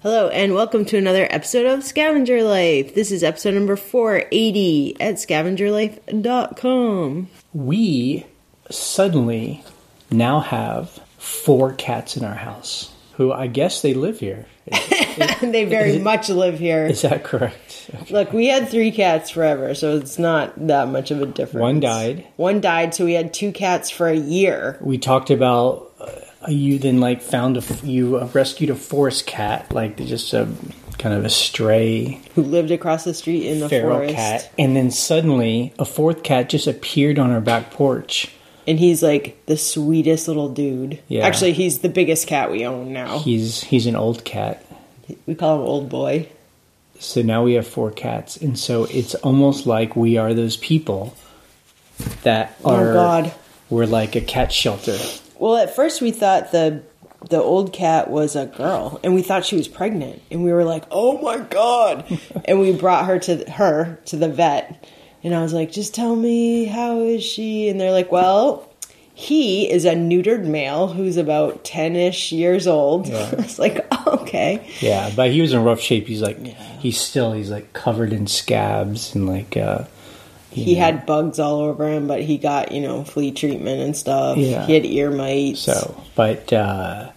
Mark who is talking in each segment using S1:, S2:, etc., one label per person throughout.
S1: Hello, and welcome to another episode of Scavenger Life. This is episode number 480 at scavengerlife.com.
S2: we suddenly now have four cats in our house who I guess they live here.
S1: they very much live here.
S2: Is that correct?
S1: Look, we had three cats forever, so it's not that much of a difference.
S2: One died.
S1: One died, so we had two cats for a year.
S2: We talked about uh, you then like found a f- you uh, rescued a forest cat, like just a kind of a stray
S1: Who lived across the street in the
S2: feral
S1: forest.
S2: cat, and then suddenly a fourth cat just appeared on our back porch.
S1: And he's like the sweetest little dude.
S2: Yeah.
S1: Actually, he's the biggest cat we own now.
S2: He's he's an old cat.
S1: We call him Old Boy.
S2: So now we have four cats, and so it's almost like we are those people that
S1: Oh,
S2: are.
S1: God.
S2: We're like a cat shelter.
S1: Well, at first we thought the the old cat was a girl, and we thought she was pregnant, and we were like, "Oh my god!" and we brought her to her to the vet, and I was like, "Just tell me how is she?" And they're like, "Well." He is a neutered male who's about 10 ish years old.
S2: Yeah.
S1: it's like, okay.
S2: Yeah, but he was in rough shape. He's like, he's still, he's like covered in scabs and like, uh,
S1: He had bugs all over him, but he got, you know, flea treatment and stuff.
S2: Yeah.
S1: He had ear mites.
S2: so, but, uh,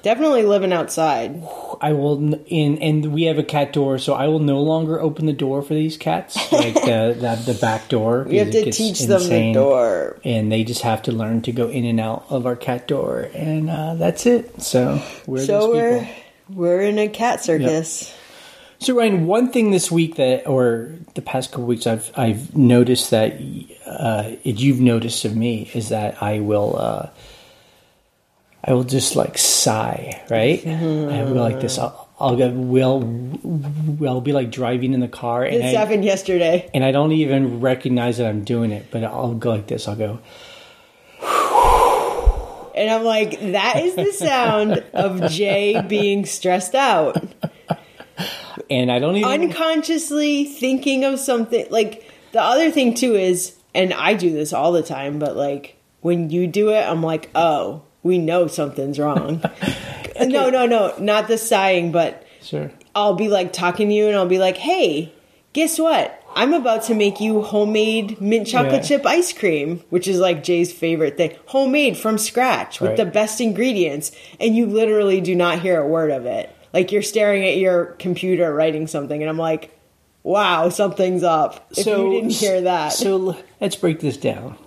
S1: Definitely living outside.
S2: I will, n- in, and we have a cat door, so I will no longer open the door for these cats, like the, the, the back door.
S1: We have
S2: because it
S1: to
S2: gets
S1: teach them the
S2: insane.
S1: door.
S2: And they just have to learn to go in and out of our cat door, and uh, that's it. So we're
S1: So
S2: those
S1: we're
S2: people.
S1: we're in a cat circus.
S2: So Ryan, one thing this week that, or the past couple weeks, I've I've noticed that uh, it- you've noticed of me is that I will uh, I will just like sigh, right? I will like this. I'll, I'll go. Will will be like driving in the car, and
S1: This
S2: I,
S1: happened yesterday.
S2: and I don't even recognize that I'm doing it, but I'll go like this. I'll go.
S1: And I'm like, that is the sound of Jay being stressed out.
S2: And I don't even
S1: Unconsciously thinking of something like the other thing too is and I do this all the time, but like when you do it, I'm like, oh, we know something's wrong. No, no, no, not the sighing, but
S2: sure.
S1: I'll be like talking to you and I'll be like, hey, guess what? I'm about to make you homemade mint chocolate
S2: Yeah.
S1: chip ice cream, which is like Jay's favorite thing. Homemade from scratch with
S2: Right.
S1: the best ingredients. And you literally do not hear a word of it. Like you're staring at your computer writing something. And I'm like, wow, something's up. If you didn't hear that.
S2: So l- let's break this down.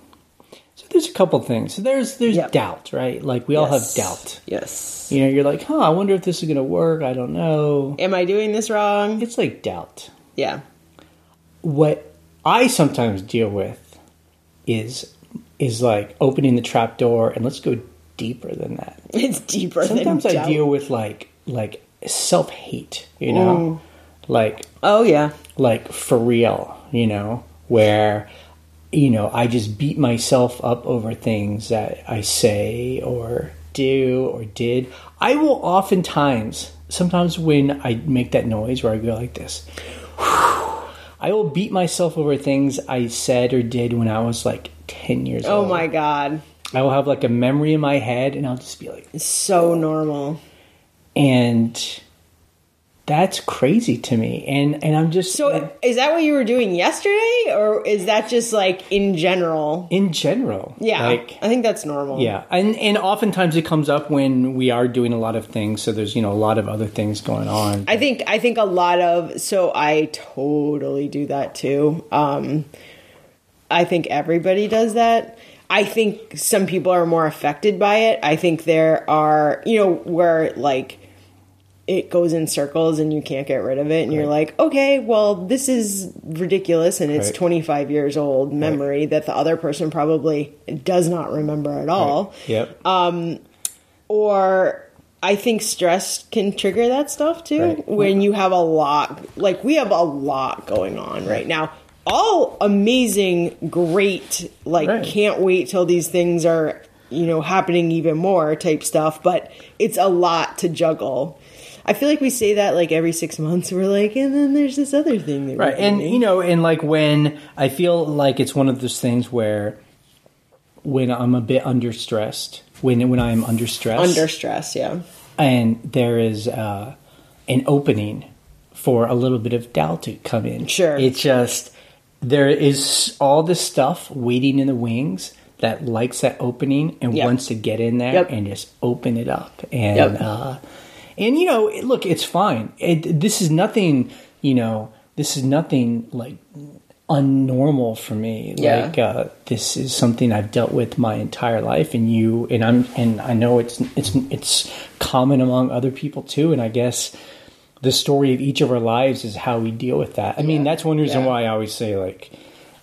S2: So there's a couple things. So there's there's
S1: Yep.
S2: doubt, right? Like we all
S1: Yes.
S2: have doubt.
S1: Yes.
S2: You know, you're like, huh, I wonder if this is gonna work. I don't know.
S1: Am I doing this wrong?
S2: It's like doubt.
S1: Yeah.
S2: What I sometimes deal with is is like opening the trap door and let's go deeper than that.
S1: It's deeper
S2: Sometimes
S1: than
S2: I
S1: doubt.
S2: deal with like like self hate, you know? Like
S1: Oh, yeah.
S2: like for real, you know, where you know I just beat myself up over things that I say or do or did. I will oftentimes, sometimes when I make that noise where I go like this, I will beat myself over things I said or did when I was like ten years
S1: Oh,
S2: old.
S1: my God.
S2: I will have like a memory in my head, and I'll just be like,
S1: It's so normal.
S2: and that's crazy to me. And and I'm just
S1: So is that what you were doing yesterday, or is that just like in general?
S2: in general,
S1: Yeah,
S2: like
S1: I think that's normal.
S2: Yeah, and and oftentimes it comes up when we are doing a lot of things. So there's you know a lot of other things going on.
S1: I think I think a lot of so I totally do that too. Um, I think everybody does that. I think some people are more affected by it. I think there are you know where like it goes in circles and you can't get rid of it and you're like okay well this is ridiculous and it's
S2: Right.
S1: 25 years old memory that the other person probably does not remember at all
S2: Yep.
S1: or I think stress can trigger that stuff too
S2: Right.
S1: when you have a lot like we have a lot going on right now. All amazing, great, like
S2: Right.
S1: can't wait till these things are, you know, happening even more type stuff, but it's a lot to juggle. I feel like we say that like every 6 months we're like and then there's this other thing that
S2: right,
S1: we're
S2: and
S1: doing.
S2: you know, and like when I feel like it's one of those things where when I'm a bit under stressed, when when I'm under stress,
S1: under stress, yeah.
S2: and there is uh, an opening for a little bit of doubt to come in.
S1: Sure.
S2: It's just there is all this stuff waiting in the wings that likes that opening and
S1: Yep.
S2: wants to get in there
S1: Yep.
S2: and just open it up. And
S1: Yep.
S2: uh, and you know, it- look, it's fine. It, this is nothing. You know, this is nothing like unnormal for me.
S1: Yeah.
S2: Like uh, this is something I've dealt with my entire life, and you and I'm and I know it's it's it's common among other people too. And I guess the story of each of our lives is how we deal with that. I mean, that's one reason
S1: Yeah.
S2: why I always say like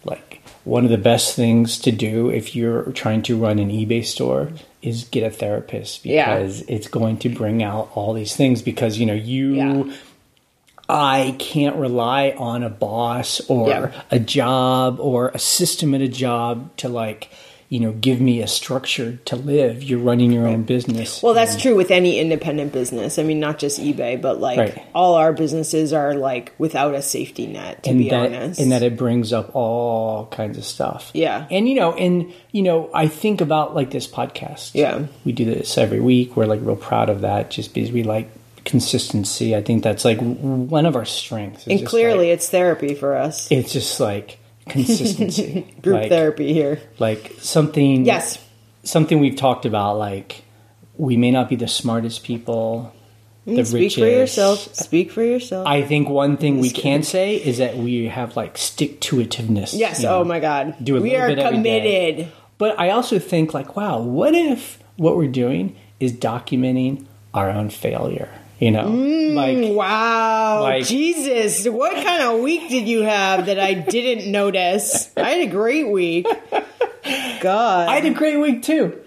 S2: like one of the best things to do if you're trying to run an eBay store is get a therapist
S1: Yeah.
S2: because it's going to bring out all these things because you know you
S1: Yeah.
S2: I can't rely on a boss or
S1: Yeah.
S2: a job or a system at a job to like you know give me a structure to live you're running your own business
S1: Well, that's true with any independent business. I mean, not just eBay, but like
S2: Right.
S1: all our businesses are like without a safety net, to
S2: and
S1: be
S2: that
S1: honest.
S2: and that it brings up all kinds of stuff.
S1: Yeah.
S2: and you know, and you know, I think about like this podcast.
S1: Yeah.
S2: we do this every week. We're like real proud of that, just because we like consistency. I think that's like w- one of our strengths. is
S1: and
S2: just,
S1: clearly,
S2: like-
S1: it's therapy for us.
S2: it's just like consistency,
S1: Group
S2: like,
S1: therapy here.
S2: like something.
S1: Yes.
S2: something we've talked about. Like we may not be the smartest people. The
S1: Mm, Speak
S2: richest.
S1: for yourself. Speak for yourself.
S2: I think one thing we can say is that we have like stick to itiveness.
S1: yes. Oh my God.
S2: Do a
S1: we
S2: little
S1: are
S2: bit every day.
S1: committed.
S2: But I also think like, wow, what if what we're doing is documenting our own failure? You know,
S1: Mm.
S2: like
S1: Wow.
S2: Like-
S1: Jesus. What kind of week did you have that I didn't notice? I had a great week. God.
S2: I had a great week too.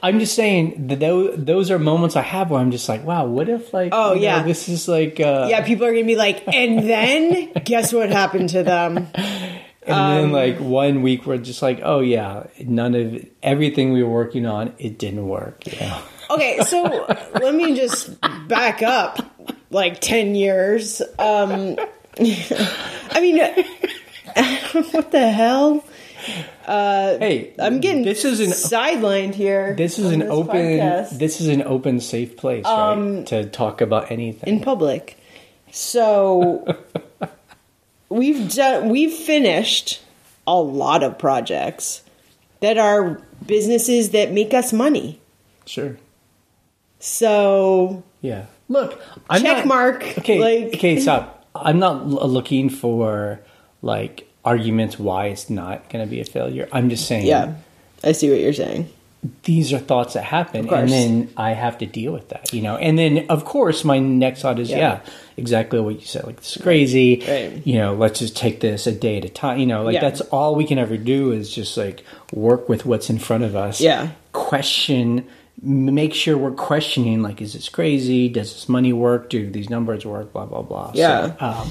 S2: I'm just saying that tho- those are moments I have where I'm just like, wow, what if like,
S1: Oh,
S2: you know,
S1: yeah.
S2: this is like, uh,
S1: yeah, people are going to be like, and then guess what happened to them?
S2: and
S1: Um,
S2: then like one week we're just like, oh yeah, none of everything we were working on, it didn't work. You know?
S1: Okay, so let me just back up like 10 years. Um, I mean, what the hell?
S2: Hey,
S1: Uh, I'm getting
S2: this is an
S1: sidelined here.
S2: This is
S1: on
S2: an open.
S1: podcast Um,
S2: This is an open, safe place, right? To talk about anything.
S1: in public. So we've done we've finished a lot of projects that are businesses that make us money.
S2: sure.
S1: So
S2: Yeah. Look, I'm
S1: Check
S2: not-
S1: mark,
S2: Okay.
S1: like-
S2: okay. Stop. I'm not l- looking for like arguments why it's not going to be a failure. I'm just saying.
S1: yeah, I see what you're saying.
S2: These are thoughts that happen, and
S1: course.
S2: then I have to deal with that, you know. And then, of course, my next thought is, yeah,
S1: Yeah.
S2: exactly what you said. Like this is crazy.
S1: Right.
S2: You know, let's just take this a day at a time. You know, like
S1: Yeah.
S2: that's all we can ever do is just like work with what's in front of us.
S1: Yeah.
S2: question make sure we're questioning like is this crazy does this money work do these numbers work blah blah blah So,
S1: Yeah.
S2: um,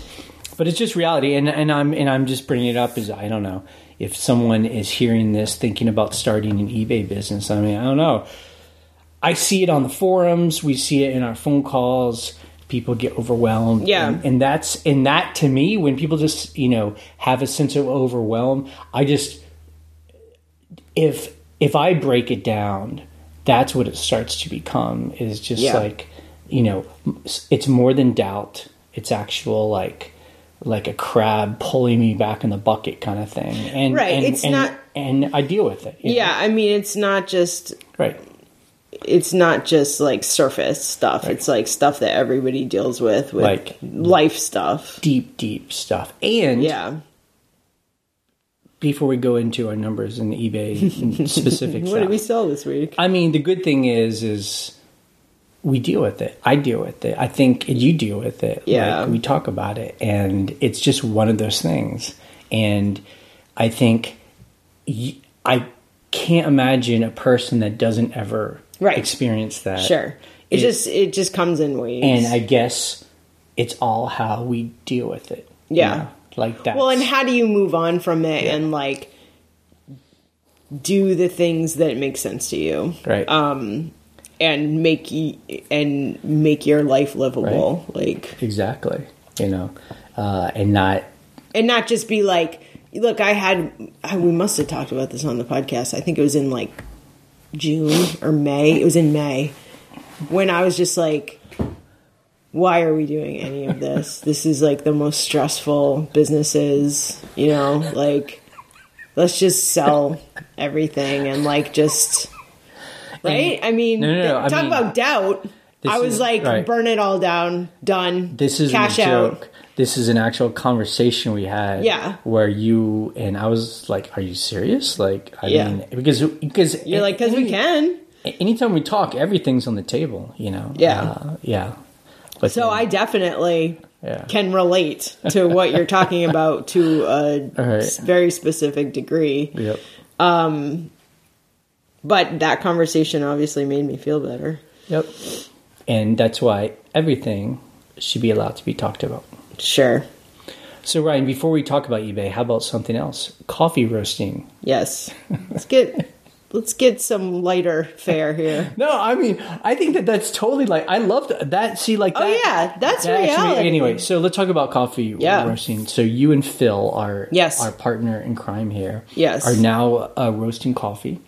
S2: but it's just reality and, and i'm and i'm just bringing it up as i don't know if someone is hearing this thinking about starting an ebay business i mean i don't know i see it on the forums we see it in our phone calls people get overwhelmed
S1: Yeah.
S2: and, and that's and that to me when people just you know have a sense of overwhelm i just if if I break it down, that's what it starts to become. Is just
S1: Yeah.
S2: like you know, it's more than doubt. It's actual like like a crab pulling me back in the bucket kind of thing. And
S1: Right,
S2: and-
S1: it's
S2: and-
S1: not-
S2: and I deal with it. you know?
S1: Yeah, I mean it's not just
S2: right.
S1: it's not just like surface stuff. It's like stuff that everybody deals with with
S2: Like-
S1: life stuff.
S2: Deep, deep stuff. And
S1: Yeah.
S2: before we go into our numbers and eBay specific
S1: What
S2: stuff,
S1: did we sell this week?
S2: I mean, the good thing is, is we deal with it. I deal with it. I think you deal with it.
S1: Yeah.
S2: Like, we talk about it, and it's just one of those things. And I think y- I can't imagine a person that doesn't ever
S1: Right.
S2: experience that.
S1: Sure. It, just it just comes in waves.
S2: and I guess it's all how we deal with it. you
S1: Yeah.
S2: know? Like that.
S1: well, and how do you move on from it and like do the things that make sense to you?
S2: right.
S1: Um and make y- and make your life livable. Like
S2: exactly. You know, uh, and not
S1: and not just be like, look, I had, I, we must have talked about this on the podcast. I think it was in like June or May. It was in May when I was just like, why are we doing any of this? this is like the most stressful businesses, you know, like let's just sell everything and like just right? I mean,
S2: No, no, no, I
S1: talk
S2: mean-
S1: about doubt.
S2: This
S1: I was
S2: is-
S1: like,
S2: right.
S1: burn it all down, done.
S2: This is
S1: cash
S2: a
S1: out.
S2: joke. This is an actual conversation we had.
S1: Yeah.
S2: Where you and I was like, "Are you serious?" Like, I
S1: Yeah.
S2: mean, because because
S1: You're like, because we can.
S2: Anytime we talk, everything's on the table. You know.
S1: Yeah.
S2: Uh, yeah. But
S1: So I definitely
S2: Yeah.
S1: can relate to what you're talking about to a
S2: right.
S1: s- very specific degree.
S2: Yep.
S1: But that conversation obviously made me feel better.
S2: Yep. And that's why everything should be allowed to be talked about.
S1: Sure.
S2: So Ryan, before we talk about eBay, how about something else? Coffee roasting.
S1: Yes. Let's get let's get some lighter fare here.
S2: No, I mean, I think that that's totally like I loved that. See, like,
S1: Oh,
S2: that-
S1: yeah, that's
S2: actually-
S1: reality.
S2: anyway, so let's talk about coffee
S1: Yeah.
S2: roasting. So you and Phil, our
S1: Yes.
S2: our partner in crime here,
S1: Yes.
S2: are now uh, roasting coffee.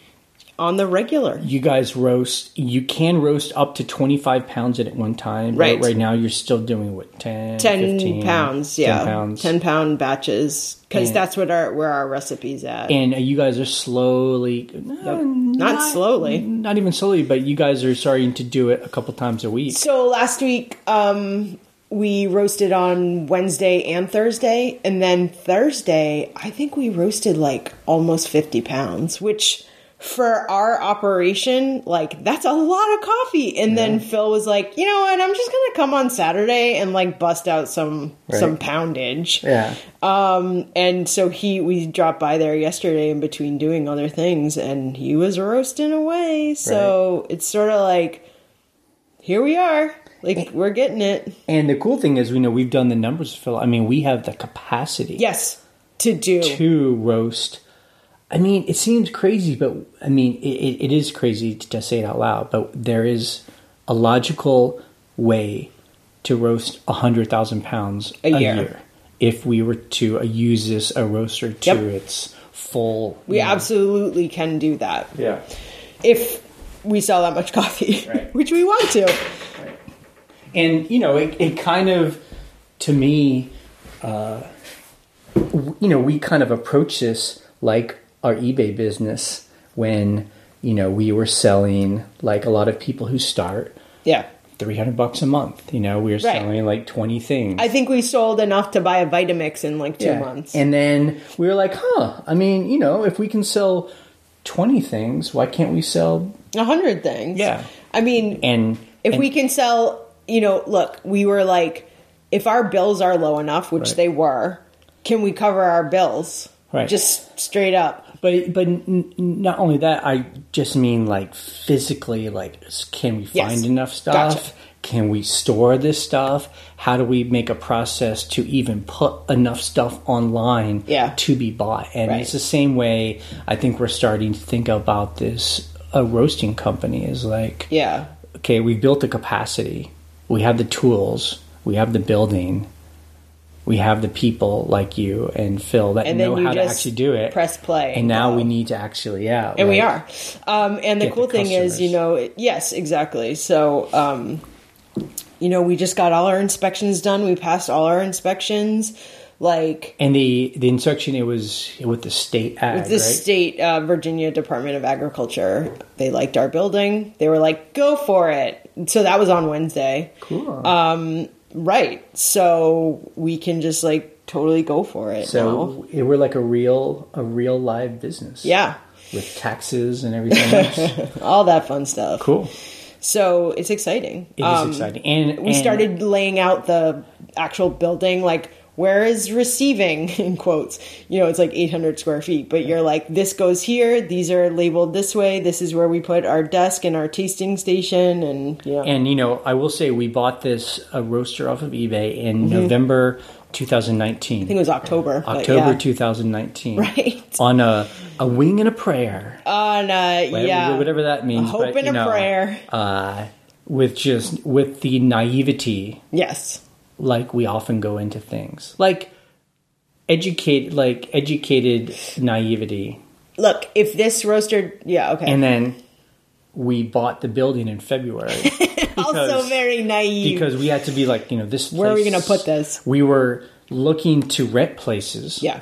S1: On the regular.
S2: You guys roast. You can roast up to twenty five pounds at one time. but
S1: Right.
S2: Right now, you're still doing what 10,
S1: 10
S2: 15,
S1: pounds, yeah.
S2: 10 pounds.
S1: pound batches cuz
S2: And-
S1: that's what our where our recipes at.
S2: and uh, you guys are slowly, not,
S1: slowly.
S2: not even slowly, but you guys are starting to do it a couple times a week.
S1: So last week, um, we roasted on Wednesday and Thursday, and then Thursday, I think we roasted like almost fifty pounds, which for our operation, like that's a lot of coffee. And then Phil was like, you know what, I'm just gonna come on Saturday and like bust out some some
S2: Right.
S1: poundage.
S2: Yeah.
S1: And so he we dropped by there yesterday in between doing other things and he was roasting away. So it's sort of like here we are. Like we're getting it.
S2: And the cool thing is, we know we've done the numbers, Phil. I mean, we have the capacity
S1: Yes, to do.
S2: to roast. I mean, it seems crazy, but I mean, it, it, it is crazy to just say it out loud, but there is a logical way to roast 100,000 pounds
S1: A year.
S2: if we were to uh, use this a roaster to
S1: Yep.
S2: its full.
S1: we
S2: you know,
S1: absolutely can do that.
S2: Yeah.
S1: If we sell that much coffee,
S2: Right.
S1: which we want to.
S2: and you know it, it kind of to me uh, w- you know we kind of approach this like our ebay business when you know we were selling like a lot of people who start
S1: Yeah.
S2: 300 bucks a month you know we were selling like 20 things
S1: I think we sold enough to buy a Vitamix in like 2
S2: Yeah.
S1: months.
S2: and then we were like huh i mean you know if we can sell 20 things why can't we sell
S1: A 100 things.
S2: Yeah.
S1: I mean,
S2: and
S1: if
S2: and-
S1: we can sell you know look we were like if our bills are low enough which
S2: Right.
S1: they were can we cover our bills
S2: Right.
S1: just straight up
S2: But but n- n- not only that, I just mean like physically, like s- can we
S1: Yes.
S2: find enough stuff?
S1: Gotcha.
S2: Can we store this stuff? How do we make a process to even put enough stuff online
S1: Yeah.
S2: to be bought? And
S1: Right.
S2: it's the same way I think we're starting to think about this. A roasting company is like,
S1: yeah
S2: okay, we built the capacity, we have the tools, we have the building, we have the people like you and Phil that
S1: and
S2: know
S1: then you
S2: how to
S1: just
S2: actually do it.
S1: press play
S2: And now we need to actually, yeah.
S1: and we
S2: like-
S1: are um, and the
S2: Get
S1: cool
S2: the
S1: thing is you
S2: customers.
S1: know it, yes exactly so um, you know we just got all our inspections done we passed all our inspections like
S2: And the the inspection it was with the state ad,
S1: With the
S2: right?
S1: state uh, Virginia Department of Agriculture, they liked our building. They were like, "Go for it!" So that was on Wednesday,
S2: cool.
S1: Um, right? So we can just like totally go for it. now.
S2: so it, we're like a real a real live business.
S1: yeah,
S2: With taxes and everything else.
S1: all that fun stuff.
S2: cool.
S1: So it's exciting.
S2: It is
S1: Um,
S2: exciting. And
S1: We
S2: and-
S1: started laying out the actual building, like. Where is receiving in quotes? You know, it's like 800 square feet, but you're like, this goes here. These are labeled this way. This is where we put our desk and our tasting station, and you know,
S2: And you know, I will say we bought this uh, roaster off of eBay in November 2019.
S1: Mm-hmm. I think it was October. but
S2: October
S1: yeah.
S2: 2019.
S1: Right.
S2: On a a wing and a prayer.
S1: On uh,
S2: Whatever-
S1: yeah,
S2: whatever that means.
S1: A hope
S2: but,
S1: and
S2: you
S1: a
S2: know,
S1: prayer.
S2: Uh, with just with the naivety,
S1: Yes,
S2: like we often go into things, like educate, like educated naivety,
S1: look, if this roaster, yeah, okay,
S2: and then we bought the building in February.
S1: also
S2: Because-
S1: very naive.
S2: because we had to be like, you know, this.
S1: Where are we
S2: place-
S1: gonna put this?
S2: We were looking to rent places.
S1: yeah.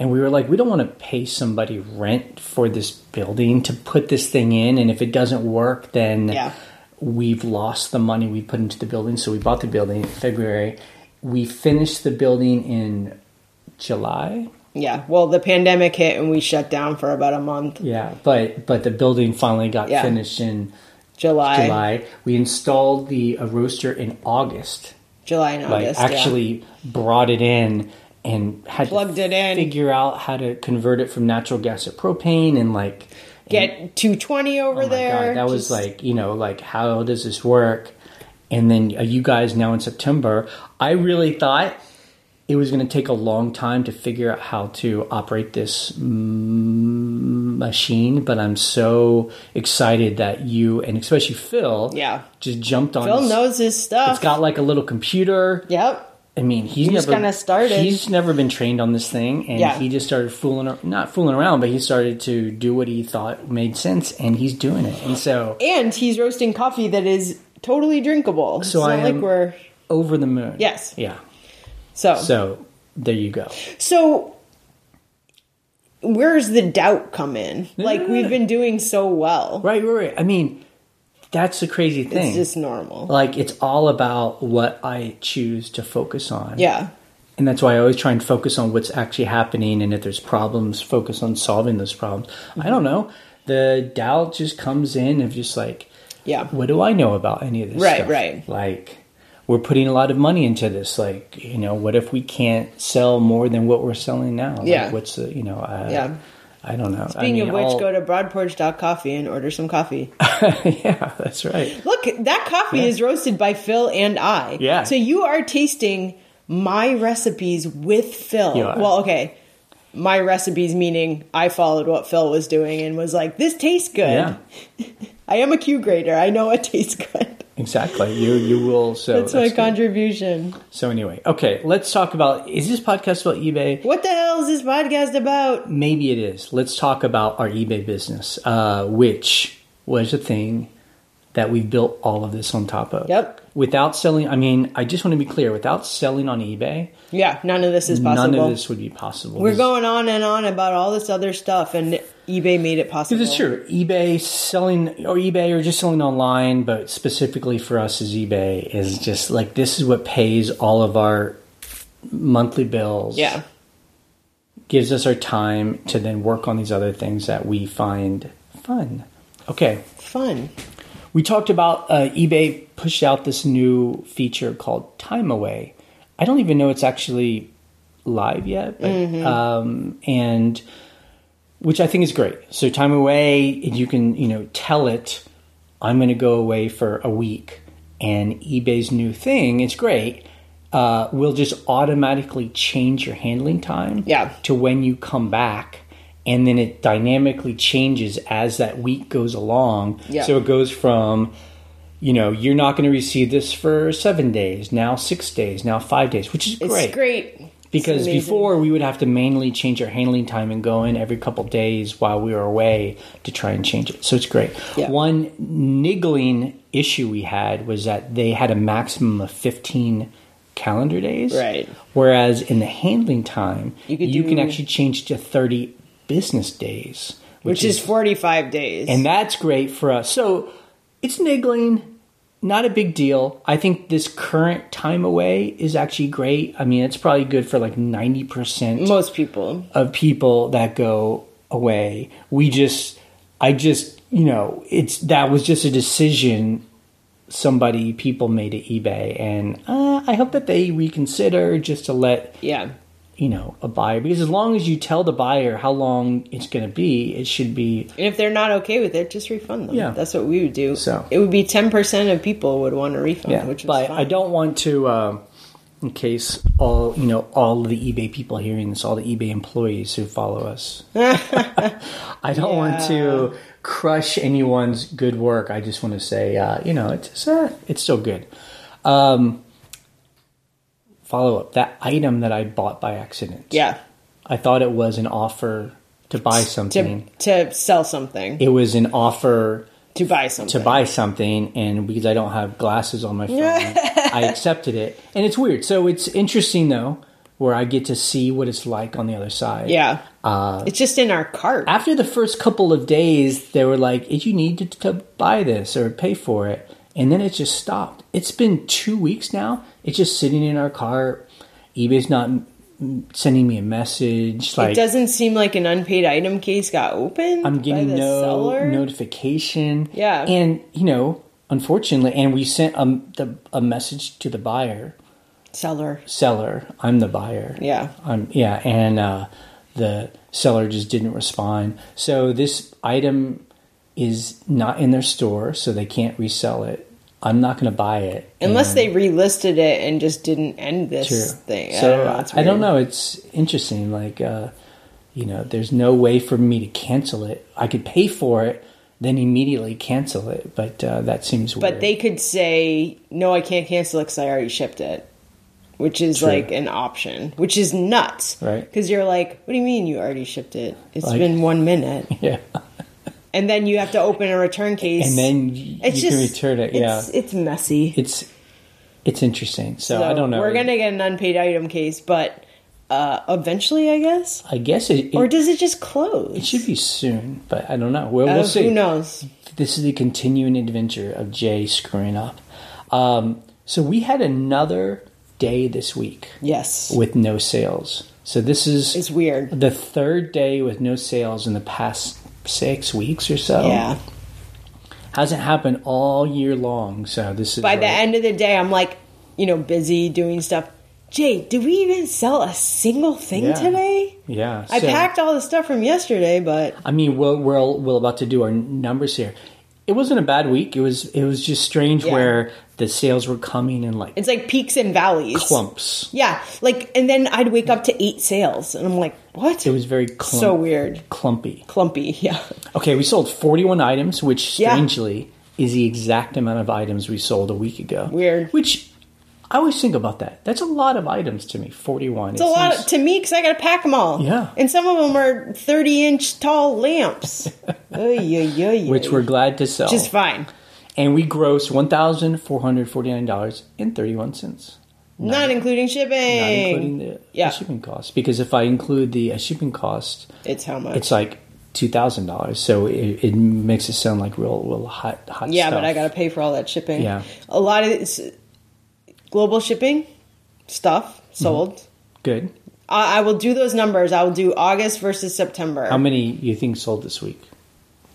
S2: and we were like, we don't want to pay somebody rent for this building to put this thing in, and if it doesn't work, then
S1: Yeah.
S2: we've lost the money we put into the building. So we bought the building in February. We finished the building in July.
S1: Yeah. Well, the pandemic hit and we shut down for about a month.
S2: Yeah, but but the building finally got
S1: Yeah.
S2: finished in
S1: July. July,
S2: July. We installed the a roaster in August.
S1: and
S2: like
S1: August. yeah.
S2: actually brought it in and had
S1: Plugged
S2: to
S1: it in.
S2: figure out how to convert it from natural gas to propane and like
S1: Get 220 over
S2: oh my
S1: there.
S2: God, that was
S1: Just-
S2: like you know like how does this work and then uh, you guys now in september i really thought it was going to take a long time to figure out how to operate this mm, machine but i'm so excited that you and especially phil
S1: Yeah.
S2: just jumped on
S1: Bill
S2: this-
S1: knows his stuff.
S2: it's got like a little computer
S1: yep.
S2: I mean, he's
S1: just
S2: never
S1: kinda started.
S2: He's never been trained on this thing, and
S1: Yeah.
S2: he just started fooling, ar- not fooling around, but he started to do what he thought made sense, and he's doing it. And so,
S1: And he's roasting coffee that is totally drinkable. it's not
S2: I am-
S1: like we're
S2: over the moon.
S1: Yes.
S2: Yeah.
S1: so so,
S2: So there you go.
S1: where's the doubt come in? Like we've been doing so well.
S2: Right, right, right. I mean, that's the crazy thing.
S1: It's just normal.
S2: like it's all about what I choose to focus on.
S1: Yeah.
S2: And that's why I always try and focus on what's actually happening. And if there's problems, focus on solving those problems. I don't know. The doubt just comes in of just like,
S1: Yeah.
S2: what do I know about any of this
S1: Right,
S2: stuff?
S1: right.
S2: Like, we're putting a lot of money into this. Like, you know, what if we can't sell more than what we're selling now? Like,
S1: Yeah.
S2: what's the, you know, uh,
S1: Yeah.
S2: I don't know.
S1: Speaking of which, go to broadporch.coffee and order some coffee.
S2: yeah, that's right.
S1: Look, that coffee is roasted by Phil and I.
S2: Yeah.
S1: So you are tasting my recipes with Phil.
S2: You are.
S1: Well, okay. My recipes meaning I followed what Phil was doing and was like, this tastes good.
S2: Yeah.
S1: I am a Q grader. I know it tastes good.
S2: Exactly. You you will. So
S1: That's my
S2: Oh, good.
S1: contribution.
S2: So anyway, okay. Let's talk about. Is this podcast about eBay?
S1: What the hell is this podcast about?
S2: maybe it is. Let's talk about our eBay business, uh, which was a thing that we built all of this on top of.
S1: Yep.
S2: Without selling, I mean, I just want to be clear. Without selling on eBay,
S1: Yeah, none of this is possible.
S2: none of this would be possible.
S1: We're
S2: This-
S1: going on and on about all this other stuff, and eBay made it possible.
S2: This is true. eBay selling or eBay or just selling online, but specifically for us as eBay is just like this is what pays all of our monthly bills.
S1: Yeah.
S2: gives us our time to then work on these other things that we find fun. Okay.
S1: Fun.
S2: We talked about uh, eBay pushed out this new feature called Time Away. I don't even know it's actually live yet, but, um, and which I think is great. So Time Away, you can you know tell it I'm going to go away for a week, and eBay's new thing, it's great. Uh, will just automatically change your handling time
S1: Yeah.
S2: to when you come back and then it dynamically changes as that week goes along
S1: Yeah.
S2: so it goes from you know you're not going to receive this for seven days now six days now five days which is
S1: It's
S2: great
S1: great. It's
S2: because
S1: amazing.
S2: before we would have to manually change our handling time and go in every couple days while we were away to try and change it so it's great
S1: Yeah.
S2: one niggling issue we had was that they had a maximum of 15 calendar days
S1: Right.
S2: whereas in the handling time
S1: You
S2: you,
S1: could
S2: can
S1: do-
S2: actually change to 30 business days
S1: which is 45 days.
S2: and that's great for us. So it's niggling, not a big deal. I think this current time away is actually great. I mean, it's probably good for like 90%
S1: most people.
S2: of people that go away. We just, I just, you know, it's that was just a decision somebody people made at eBay, and uh, I hope that they reconsider just to let
S1: Yeah.
S2: you know a buyer because as long as you tell the buyer how long it's going to be, it should be
S1: And if they're not okay with it, just refund them.
S2: Yeah.
S1: That's what we would do.
S2: So-
S1: it would be 10% of people would want a refund,
S2: Yeah,
S1: which is
S2: but
S1: fine.
S2: I don't want to, um, in case all you know, all the eBay people hearing this, all the eBay employees who follow us. I don't want to crush anyone's good work. I just want to say, uh, you know, it's uh, it's still good. Um, follow up that item that I bought by accident.
S1: Yeah.
S2: I thought it was an offer to buy
S1: To,
S2: something.
S1: to sell something.
S2: It was an offer
S1: to buy something.
S2: to buy something and because I don't have glasses on my phone, I accepted it. And it's weird. So it's interesting though, where I get to see what it's like on the other side.
S1: Yeah.
S2: Uh,
S1: it's just in our cart.
S2: After the first couple of days, they were like, "If you need to, to buy this or pay for it," and then it just stopped. It's been two weeks now. It's just sitting in our cart. eBay's not mm, sending me a message. Like
S1: it doesn't seem like an unpaid item case got opened.
S2: I'm
S1: by
S2: getting
S1: the
S2: no
S1: seller.
S2: notification.
S1: Yeah.
S2: and you know, unfortunately, and we sent a, the, a message to the buyer
S1: seller.
S2: seller. I'm the buyer.
S1: Yeah.
S2: I'm yeah, and uh, the seller just didn't respond. So this item is not in their store, so they can't resell it. I'm not going to buy it
S1: Unless
S2: And-
S1: they relisted it and just didn't end this
S2: True.
S1: thing.
S2: So
S1: I don't know. It's
S2: I
S1: weird.
S2: don't know. It's interesting. Like, uh, you know, there's no way for me to cancel it. I could pay for it, then immediately cancel it, but uh, that seems weird.
S1: But they could say, no, I can't cancel it because I already shipped it, which is
S2: True.
S1: like an option, which is nuts.
S2: Right.
S1: Because you're like, what do you mean you already shipped it? It's
S2: Like-
S1: been one minute.
S2: yeah,
S1: And then you have to open a return case.
S2: and then y-
S1: it's
S2: you
S1: just,
S2: can return it. Yeah,
S1: It's, it's messy.
S2: it's it's interesting. So, I don't know.
S1: We're going to get an unpaid item case, but uh, eventually, I guess.
S2: I guess it, it,
S1: Or does it just close?
S2: it should be soon, but I don't know. We'll,
S1: Uh,
S2: we'll see.
S1: Who knows?
S2: This is the continuing adventure of Jay screwing up. Um, so we had another day this week.
S1: Yes.
S2: with no sales. So this is
S1: It's weird.
S2: the third day with no sales in the past six weeks or so.
S1: Yeah.
S2: hasn't happened all year long. So this is
S1: By the
S2: like-
S1: end of the day, I'm like, you know, busy doing stuff. Jay, did we even sell a single thing
S2: Yeah.
S1: today?
S2: Yeah,
S1: I
S2: so-
S1: packed all the stuff from yesterday, but
S2: I mean, we're, we're we're about to do our numbers here. It wasn't a bad week. It was it was just strange
S1: Yeah.
S2: where the sales were coming in like
S1: it's like peaks and valleys.
S2: clumps.
S1: Yeah, like, and then I'd wake up to eight sales, and I'm like, what?
S2: It was very clump,
S1: so weird,
S2: clumpy.
S1: clumpy. Yeah,
S2: Okay, we sold 41 items, which
S1: Yeah.
S2: strangely is the exact amount of items we sold a week ago.
S1: Weird.
S2: Which I always think about that. That's a lot of items to me. 41.
S1: it's a lot of, to me because I got to pack them all.
S2: Yeah.
S1: and some of them are thirty inch tall lamps. Oy, oy, oy,
S2: which
S1: oy.
S2: we're glad to sell.
S1: just fine.
S2: and we grossed $1,449.31.
S1: Not, including shipping.
S2: Not including the, the
S1: Yeah.
S2: shipping cost. Because if I include the uh, shipping cost,
S1: it's how much?
S2: it's like $2,000. So it, it makes it sound like real, real hot, hot
S1: Yeah,
S2: stuff.
S1: but I got to pay for all that shipping.
S2: Yeah.
S1: A lot of this global shipping stuff sold.
S2: Mm-hmm. Good.
S1: I, I will do those numbers. I will do August versus September.
S2: How many you think sold this week?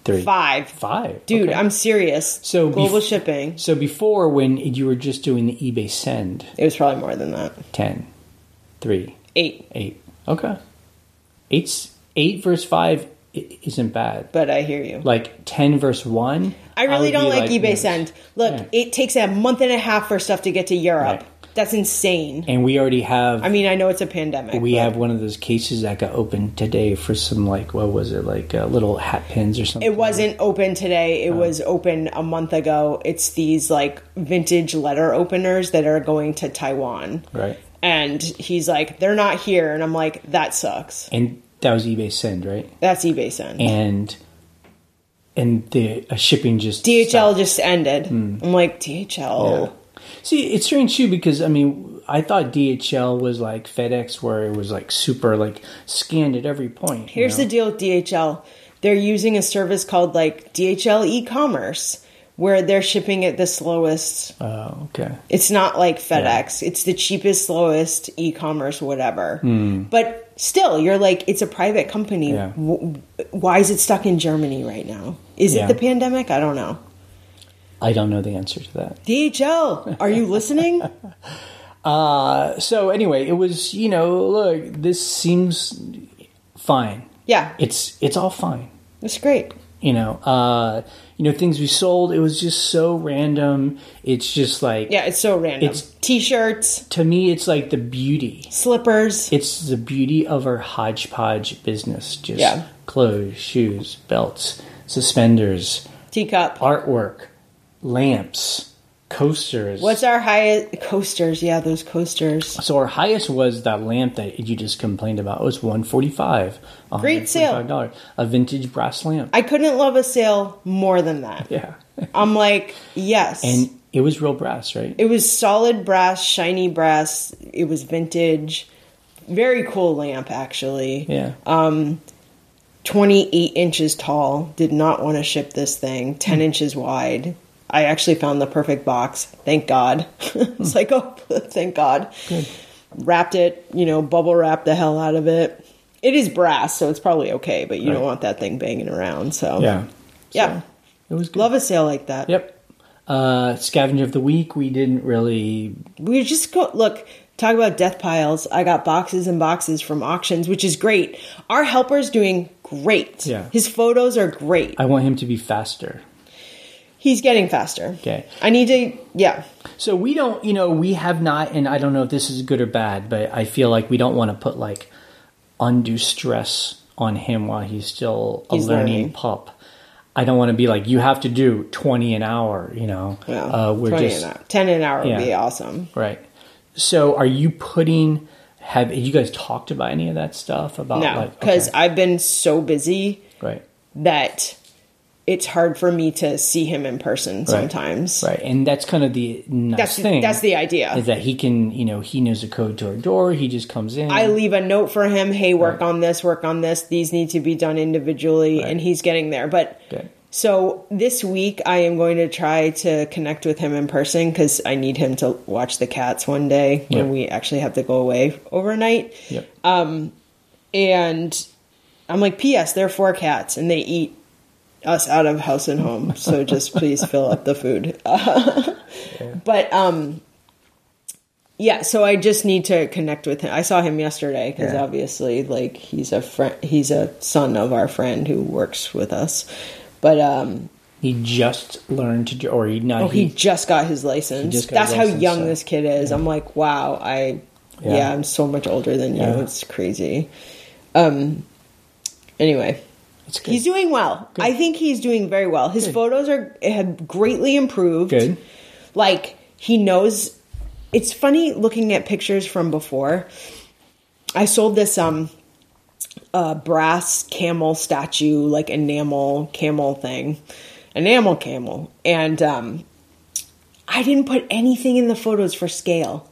S2: Three.
S1: Five.
S2: Five.
S1: Dude,
S2: Okay.
S1: I'm serious.
S2: So
S1: global
S2: bef-
S1: shipping.
S2: So before, when you were just doing the eBay send,
S1: It was probably more than that.
S2: 10, 3,
S1: Eight.
S2: 8. Okay. Eight's, 8 versus 5 i- isn't bad.
S1: But I hear you.
S2: Like 10 versus 1.
S1: I really
S2: would
S1: don't
S2: be
S1: like, eBay
S2: no.
S1: send. Look,
S2: Yeah.
S1: it takes a month and a half for stuff to get to Europe.
S2: Right.
S1: That's insane.
S2: And we already have.
S1: I mean, I know it's a pandemic.
S2: we
S1: but-
S2: have one of those cases that got opened today for some like what was it like uh, little hat pins or something.
S1: It wasn't open today.
S2: Uh-huh.
S1: It was open a month ago. It's these like vintage letter openers that are going to Taiwan.
S2: right,
S1: And he's like, they're not here. And I'm like, that sucks.
S2: and that was eBay send right,
S1: That's eBay send.
S2: and and the uh, shipping just
S1: DHL
S2: stopped.
S1: just ended.
S2: Hmm.
S1: I'm like, DHL.
S2: See, it's strange too because I mean, I thought DHL was like FedEx, where it was like super like scanned at every point.
S1: Here's the deal with DHL they're using a service called like DHL e commerce where they're shipping at the slowest.
S2: the oh, okay,
S1: It's not like FedEx. It's the cheapest, slowest e-commerce, whatever. But still, you're like, it's a private company.
S2: Hmm. Yeah.
S1: W- why is it stuck in Germany right now? Is
S2: Yeah.
S1: it the pandemic? I don't know.
S2: I don't know the answer to that.
S1: DHL, are you listening?
S2: Uh, so anyway, it was you know, look, this seems fine.
S1: yeah,
S2: It's it's all fine.
S1: it's great.
S2: You know, uh, you know things we sold. It was just so random. It's just like
S1: Yeah, it's so random.
S2: It's-
S1: T-shirts,
S2: to me, it's like the beauty
S1: slippers.
S2: it's the beauty of our hodgepodge business just
S1: Yeah.
S2: clothes shoes belts suspenders
S1: Teacup.
S2: artwork lamps coasters.
S1: What's our highest coasters? Yeah, those coasters.
S2: So our highest was that lamp that you just complained about. It was one forty five.
S1: Great sale.
S2: dollars. A vintage brass lamp.
S1: I couldn't love a sale more than that.
S2: yeah,
S1: I'm like, yes.
S2: and it was real brass, right?
S1: it was solid brass, shiny brass. It was vintage. Very cool lamp, actually.
S2: yeah.
S1: Um, 28 inches tall. Did not want to ship this thing.
S2: Hmm.
S1: 10 inches wide. I actually found the perfect box. Thank God. it's like, oh, thank God. Wrapped it, you know, bubble wrapped the hell out of it. It is brass, so it's probably okay, but you don't
S2: Right.
S1: want that thing banging around. So,
S2: yeah.
S1: Yeah.
S2: It was good.
S1: Love a sale like that.
S2: Yep. Uh, scavenger of the week. We didn't really.
S1: we just go look talk about death piles i got boxes and boxes from auctions which is great our helper's doing great
S2: Yeah.
S1: his photos are great
S2: I want him to be faster.
S1: he's getting faster
S2: Okay.
S1: i need to yeah
S2: So we don't, you know, we have not, and I don't know if this is good or bad, but I feel like we don't want to put like undue stress on him while he's still a
S1: He's
S2: learning,
S1: learning.
S2: pup. I don't want to be like you have to do twenty an hour, you know.
S1: yeah
S2: uh, we're
S1: 20
S2: just
S1: an hour. 10 an hour
S2: Yeah.
S1: would be awesome
S2: right. So are you putting? Have you guys talked about any of that stuff about
S1: no
S2: Uh, like
S1: because
S2: okay,
S1: i've been so busy
S2: right,
S1: that it's hard for me to see him in person sometimes
S2: right, and that's kind of the nice
S1: that's
S2: thing.
S1: that's the idea
S2: is that he can, you know, he knows the code to our door. He just comes in.
S1: I leave a note for him. Hey, work on this, work on this. These need to be done individually, and he's getting there. But
S2: Good.
S1: so this week, I am going to try to connect with him in person because I need him to watch the cats one day when
S2: Yeah.
S1: we actually have to go away overnight.
S2: Yep.
S1: And I'm like, P.S. There are four cats, and they eat us out of house and home. So just please fill up the food. But um, yeah. So I just need to connect with him. I saw him yesterday because
S2: Yeah.
S1: obviously, like, he's a friend. He's a son of our friend who works with us. But um,
S2: He just learned to, dr- or he not.
S1: oh, he just got his license.
S2: just got
S1: That's
S2: his
S1: how
S2: license,
S1: young
S2: so-
S1: this kid is. I'm like, wow. I
S2: Yeah.
S1: yeah. I'm so much older than you.
S2: Yeah.
S1: It's crazy. Um. Anyway.
S2: it's good.
S1: He's doing well. I think he's doing very well. His photos are have greatly improved.
S2: Good.
S1: Like he knows. It's funny looking at pictures from before. I sold this um uh brass camel statue, like enamel camel thing, enamel camel, and um I didn't put anything in the photos for scale.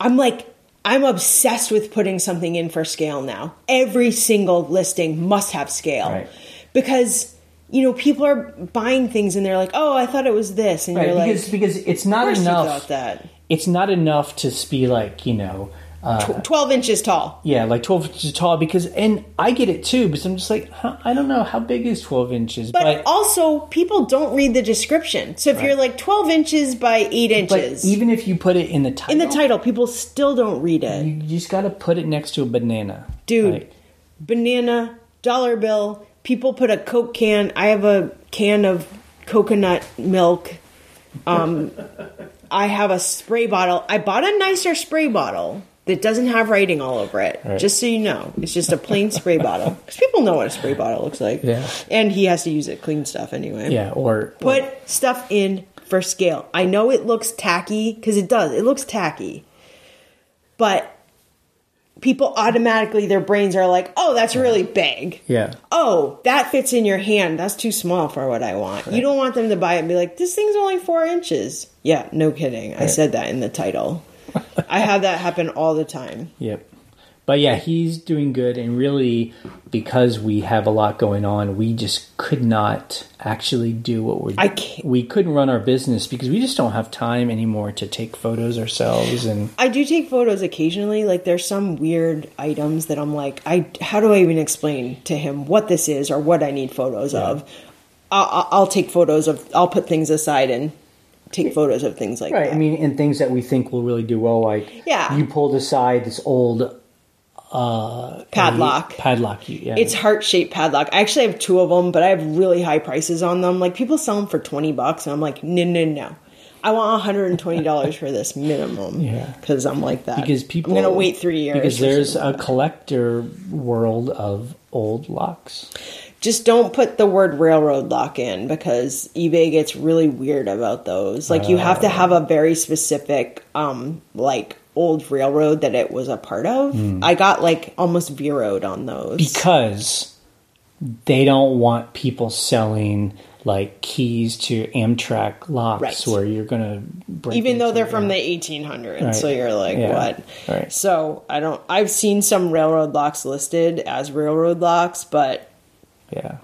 S1: I'm like, I'm obsessed with putting something in for scale now. Every single listing must have scale
S2: Right.
S1: because, you know, people are buying things and they're like, oh, I thought it was this. And
S2: Right,
S1: you're like,
S2: because because it's
S1: of
S2: not
S1: course you
S2: enough.
S1: thought that.
S2: It's not enough to s- be like you know, uh,
S1: 12 inches tall.
S2: yeah, like twelve inches tall. Because and I get it too, but I'm just like huh, I don't know how big is twelve inches,
S1: But
S2: but.
S1: also, people don't read the description. So if you're like 12 inches by 8
S2: but
S1: inches,
S2: even if you put it in the title,
S1: in the title, people still don't read it.
S2: you just got to put it next to a banana,
S1: dude
S2: Like,
S1: banana dollar bill people put a coke can i have a can of coconut milk um i have a spray bottle i bought a nicer spray bottle that doesn't have writing all over it just so you know it's just a plain spray bottle because people know what a spray bottle looks like
S2: Yeah.
S1: and he has to use it clean stuff anyway
S2: yeah, or
S1: put stuff in for scale i know it looks tacky because it does it looks tacky but people automatically their brains are like oh that's really big
S2: yeah,
S1: oh that fits in your hand that's too small for what i want you don't want them to buy it and be like this thing's only four inches yeah no kidding i said that in the title i have that happen all the time
S2: Yep. But yeah, he's doing good. And really, because we have a lot going on, we just could not actually do what we're
S1: I can't-
S2: We couldn't run our business because we just don't have time anymore to take photos ourselves. And
S1: I do take photos occasionally. Like there's some weird items that I'm like, I how do I even explain to him what this is or what I need photos of? I'll, I'll take photos of. I'll put things aside and take photos of things like
S2: right.
S1: that.
S2: I mean, and things that we think will really do well, like
S1: Yeah.
S2: you pulled aside this old uh,
S1: padlock.
S2: Padlock. You, yeah.
S1: It's heart shaped padlock. I actually have two of them, but I have really high prices on them. Like people sell them for twenty bucks, and I'm like, no, no, no. I want $120 for this minimum.
S2: Yeah.
S1: Because I'm like that.
S2: because people
S1: I'm going to wait three years.
S2: because
S1: or
S2: there's
S1: something.
S2: a collector world of old locks.
S1: Just don't put the word railroad lock in because eBay gets really weird about those. Like, you have to have a very specific, um, like, old railroad that it was a part of. I got, like, almost veroed on those.
S2: Hmm. because they don't want people selling like keys to Amtrak locks
S1: Right.
S2: where you're gonna break
S1: even though
S2: into
S1: they're
S2: it.
S1: from the 1800s
S2: Right.
S1: so you're like
S2: Yeah.
S1: what
S2: Right.
S1: so i don't i've seen some railroad locks listed as railroad locks but um,
S2: yeah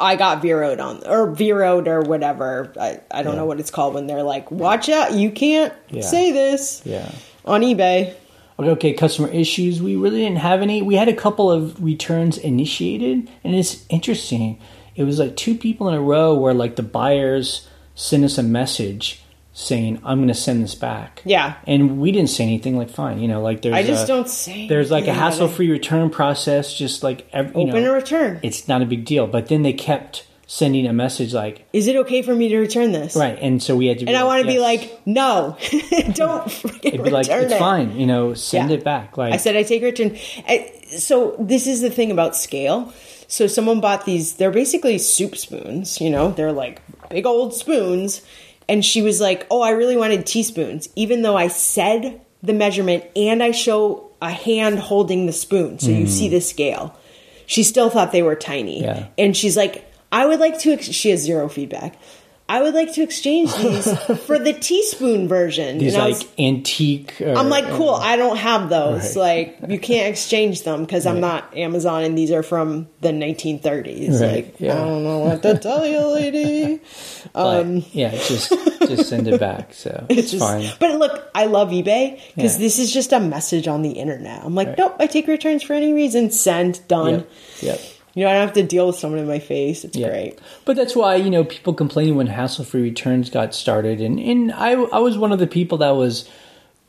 S1: i got veroed on or veroed or whatever i, I don't know what it's called when they're like watch out you can't
S2: Yeah.
S1: say this
S2: yeah
S1: on ebay
S2: okay, okay customer issues we really didn't have any we had a couple of returns initiated and it's interesting it was like two people in a row where like the buyers sent us a message saying I'm gonna send this back
S1: Yeah.
S2: and we didn't say anything like fine you know like there's
S1: i just
S2: a-
S1: don't say
S2: there's like a
S1: anything about
S2: hassle
S1: it.
S2: free return process just like every, you
S1: open
S2: know,
S1: a return
S2: it's not a big deal. But then they kept sending a message like,
S1: is it okay for me to return this
S2: right, and so we had to.
S1: and i want to be
S2: yes.
S1: like no don't freaking
S2: It'd be like,
S1: return
S2: it's
S1: it.
S2: fine, you know, send
S1: Yeah.
S2: it back. Like,
S1: I said I take return. I- So this is the thing about scale. So someone bought these. They're basically soup spoons. You know, they're like big old spoons. And she was like, "Oh, I really wanted teaspoons," even though I said the measurement and I show a hand holding the spoon, so you see the scale. She still thought they were tiny,
S2: Mm. Yeah.
S1: and she's like, "I would like to." Ex-, she has zero feedback. I would like to exchange these for the teaspoon version.
S2: these
S1: And I
S2: like
S1: was-
S2: antique. Or,
S1: I'm like, cool. I don't have those.
S2: Right.
S1: Like, you can't exchange them because I'm not Amazon, and these are from the 1930s.
S2: Right,
S1: Like,
S2: yeah.
S1: I don't know what to tell you, lady.
S2: but, yeah, just just send it back. So it's
S1: um, Just-
S2: fine.
S1: But look, I love eBay because
S2: Yeah.
S1: this is just a message on the internet. I'm like,
S2: Right.
S1: nope. I take returns for any reason. Send done.
S2: Yep. yep.
S1: You know, I don't have to deal with someone in my face. It's
S2: Yeah.
S1: great.
S2: But that's why, you know, people complained when hassle free returns got started. And, and I, I was one of the people that was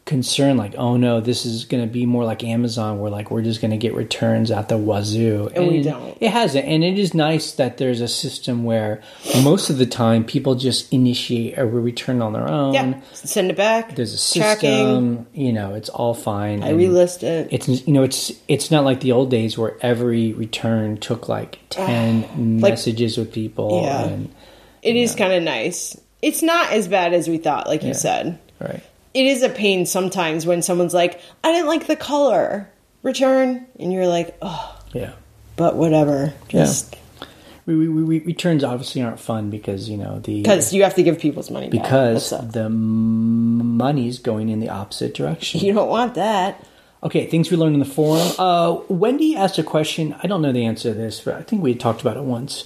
S2: concerned, like, oh no, this is going to be more like Amazon, where like we're just going to get returns out the wazoo.
S1: And we don't.
S2: It hasn't. And it is nice that there's a system where most of the time people just initiate a return on their own.
S1: Yeah, send it back.
S2: Um, There's a
S1: Tracking.
S2: system, you know, it's all fine.
S1: I
S2: And
S1: relist it.
S2: It's you know it's it's not like the old days where every return took like ten
S1: Like-
S2: messages with people.
S1: Yeah.
S2: and,
S1: It is kind of nice. It's not as bad as we thought, like you
S2: Yeah.
S1: said.
S2: Right.
S1: it is a pain sometimes when someone's like, I didn't like the color, return. And you're like, oh,
S2: Yeah.
S1: but whatever. Just
S2: We, we, we, we- returns obviously aren't fun because, you know, the.
S1: because you have to give people's money back.
S2: because
S1: That's a-
S2: the m- money's going in the opposite direction.
S1: you don't want that.
S2: Okay, things we learned in the forum. Uh, Wendy asked a question. I don't know the answer to this, but I think we had talked about it once.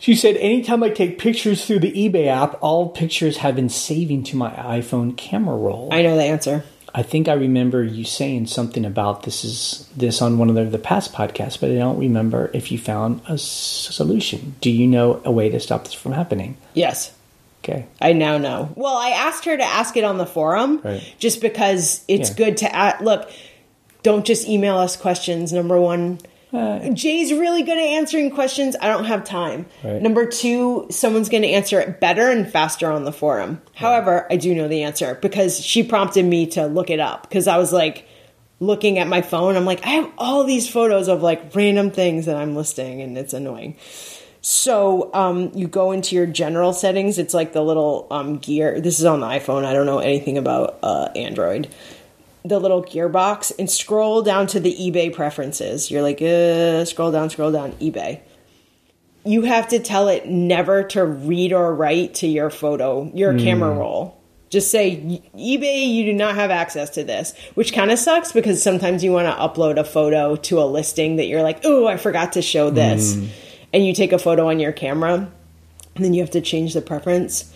S2: She said, Anytime I take pictures through the eBay app, all pictures have been saving to my iPhone camera roll.
S1: I know the answer.
S2: I think I remember you saying something about this is this on one of the, the past podcasts, but I don't remember if you found a s- solution. Do you know a way to stop this from happening?
S1: Yes.
S2: Okay.
S1: I now know. Well, I asked her to ask it on the forum
S2: Right.
S1: just because it's
S2: Yeah.
S1: good to a look. Don't just email us questions. Number one,
S2: Uh,
S1: Jay's really good at answering questions. I don't have time.
S2: Right.
S1: Number two, someone's going to answer it better and faster on the forum. However, I do know the answer because she prompted me to look it up because I was like looking at my phone. I'm like, I have all these photos of like random things that I'm listing, and it's annoying. So um, you go into your general settings. It's like the little um, gear. This is on the iPhone. I don't know anything about uh, Android. The little gearbox and scroll down to the eBay preferences. You're like, uh, scroll down, scroll down, eBay. You have to tell it never to read or write to your photo, your camera roll. Just say "E-, eBay, you do not have access to this, which kind of sucks because sometimes you want to upload a photo to a listing that you're like, oh, I forgot to show this. And you take a photo on your camera and then you have to change the preference.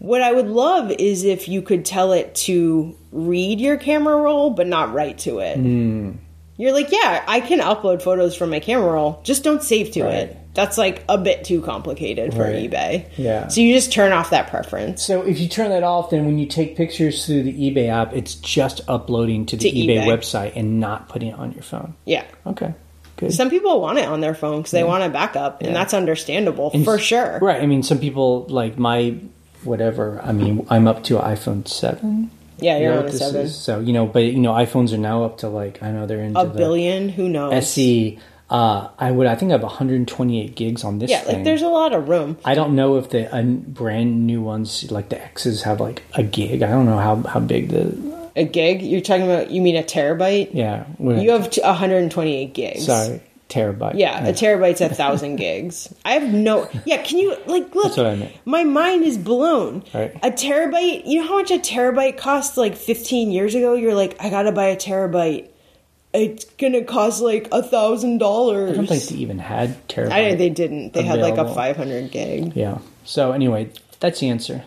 S1: What I would love is if you could tell it to read your camera roll but not write to it.
S2: Hmm.
S1: You're like, yeah, I can upload photos from my camera roll, just don't save to
S2: Right.
S1: it. That's like a bit too complicated for
S2: Right.
S1: eBay.
S2: Yeah.
S1: So you just turn off that preference.
S2: So if you turn that off, then when you take pictures through the eBay app, it's just uploading to the
S1: To
S2: eBay.
S1: eBay.
S2: website and not putting it on your phone.
S1: Yeah.
S2: Okay. Good.
S1: Some people want it on their phone because they want a backup, and that's understandable for sure.
S2: Right. I mean, some people like my whatever. I mean, I'm up to iPhone seven.
S1: Yeah,
S2: You
S1: you're
S2: know
S1: on a
S2: what this
S1: seven.
S2: is? So you know, but you know, iPhones are now up to like I know they're into
S1: a
S2: the E
S1: billion. Who knows?
S2: SE. Uh, I would I think I have 128 gigs on this.
S1: yeah,
S2: thing.
S1: like there's a lot of room.
S2: I don't know if the uh, brand new ones like the X's have like a gig. I don't know how how big the
S1: A gig? You're talking about? You mean a terabyte?
S2: yeah. what-
S1: You have t- 128 gigs.
S2: sorry terabyte.
S1: Yeah, a terabyte's a thousand gigs. I have no. Yeah, can you like look?
S2: That's what I meant.
S1: My mind is blown.
S2: Right.
S1: A terabyte. You know how much a terabyte cost? Like 15 years ago, you're like, I gotta buy a terabyte. It's gonna cost like a thousand dollars.
S2: I don't think they even had terabyte.
S1: I they didn't. They had like a
S2: Available.
S1: 500 gig.
S2: Yeah. So anyway, that's the answer.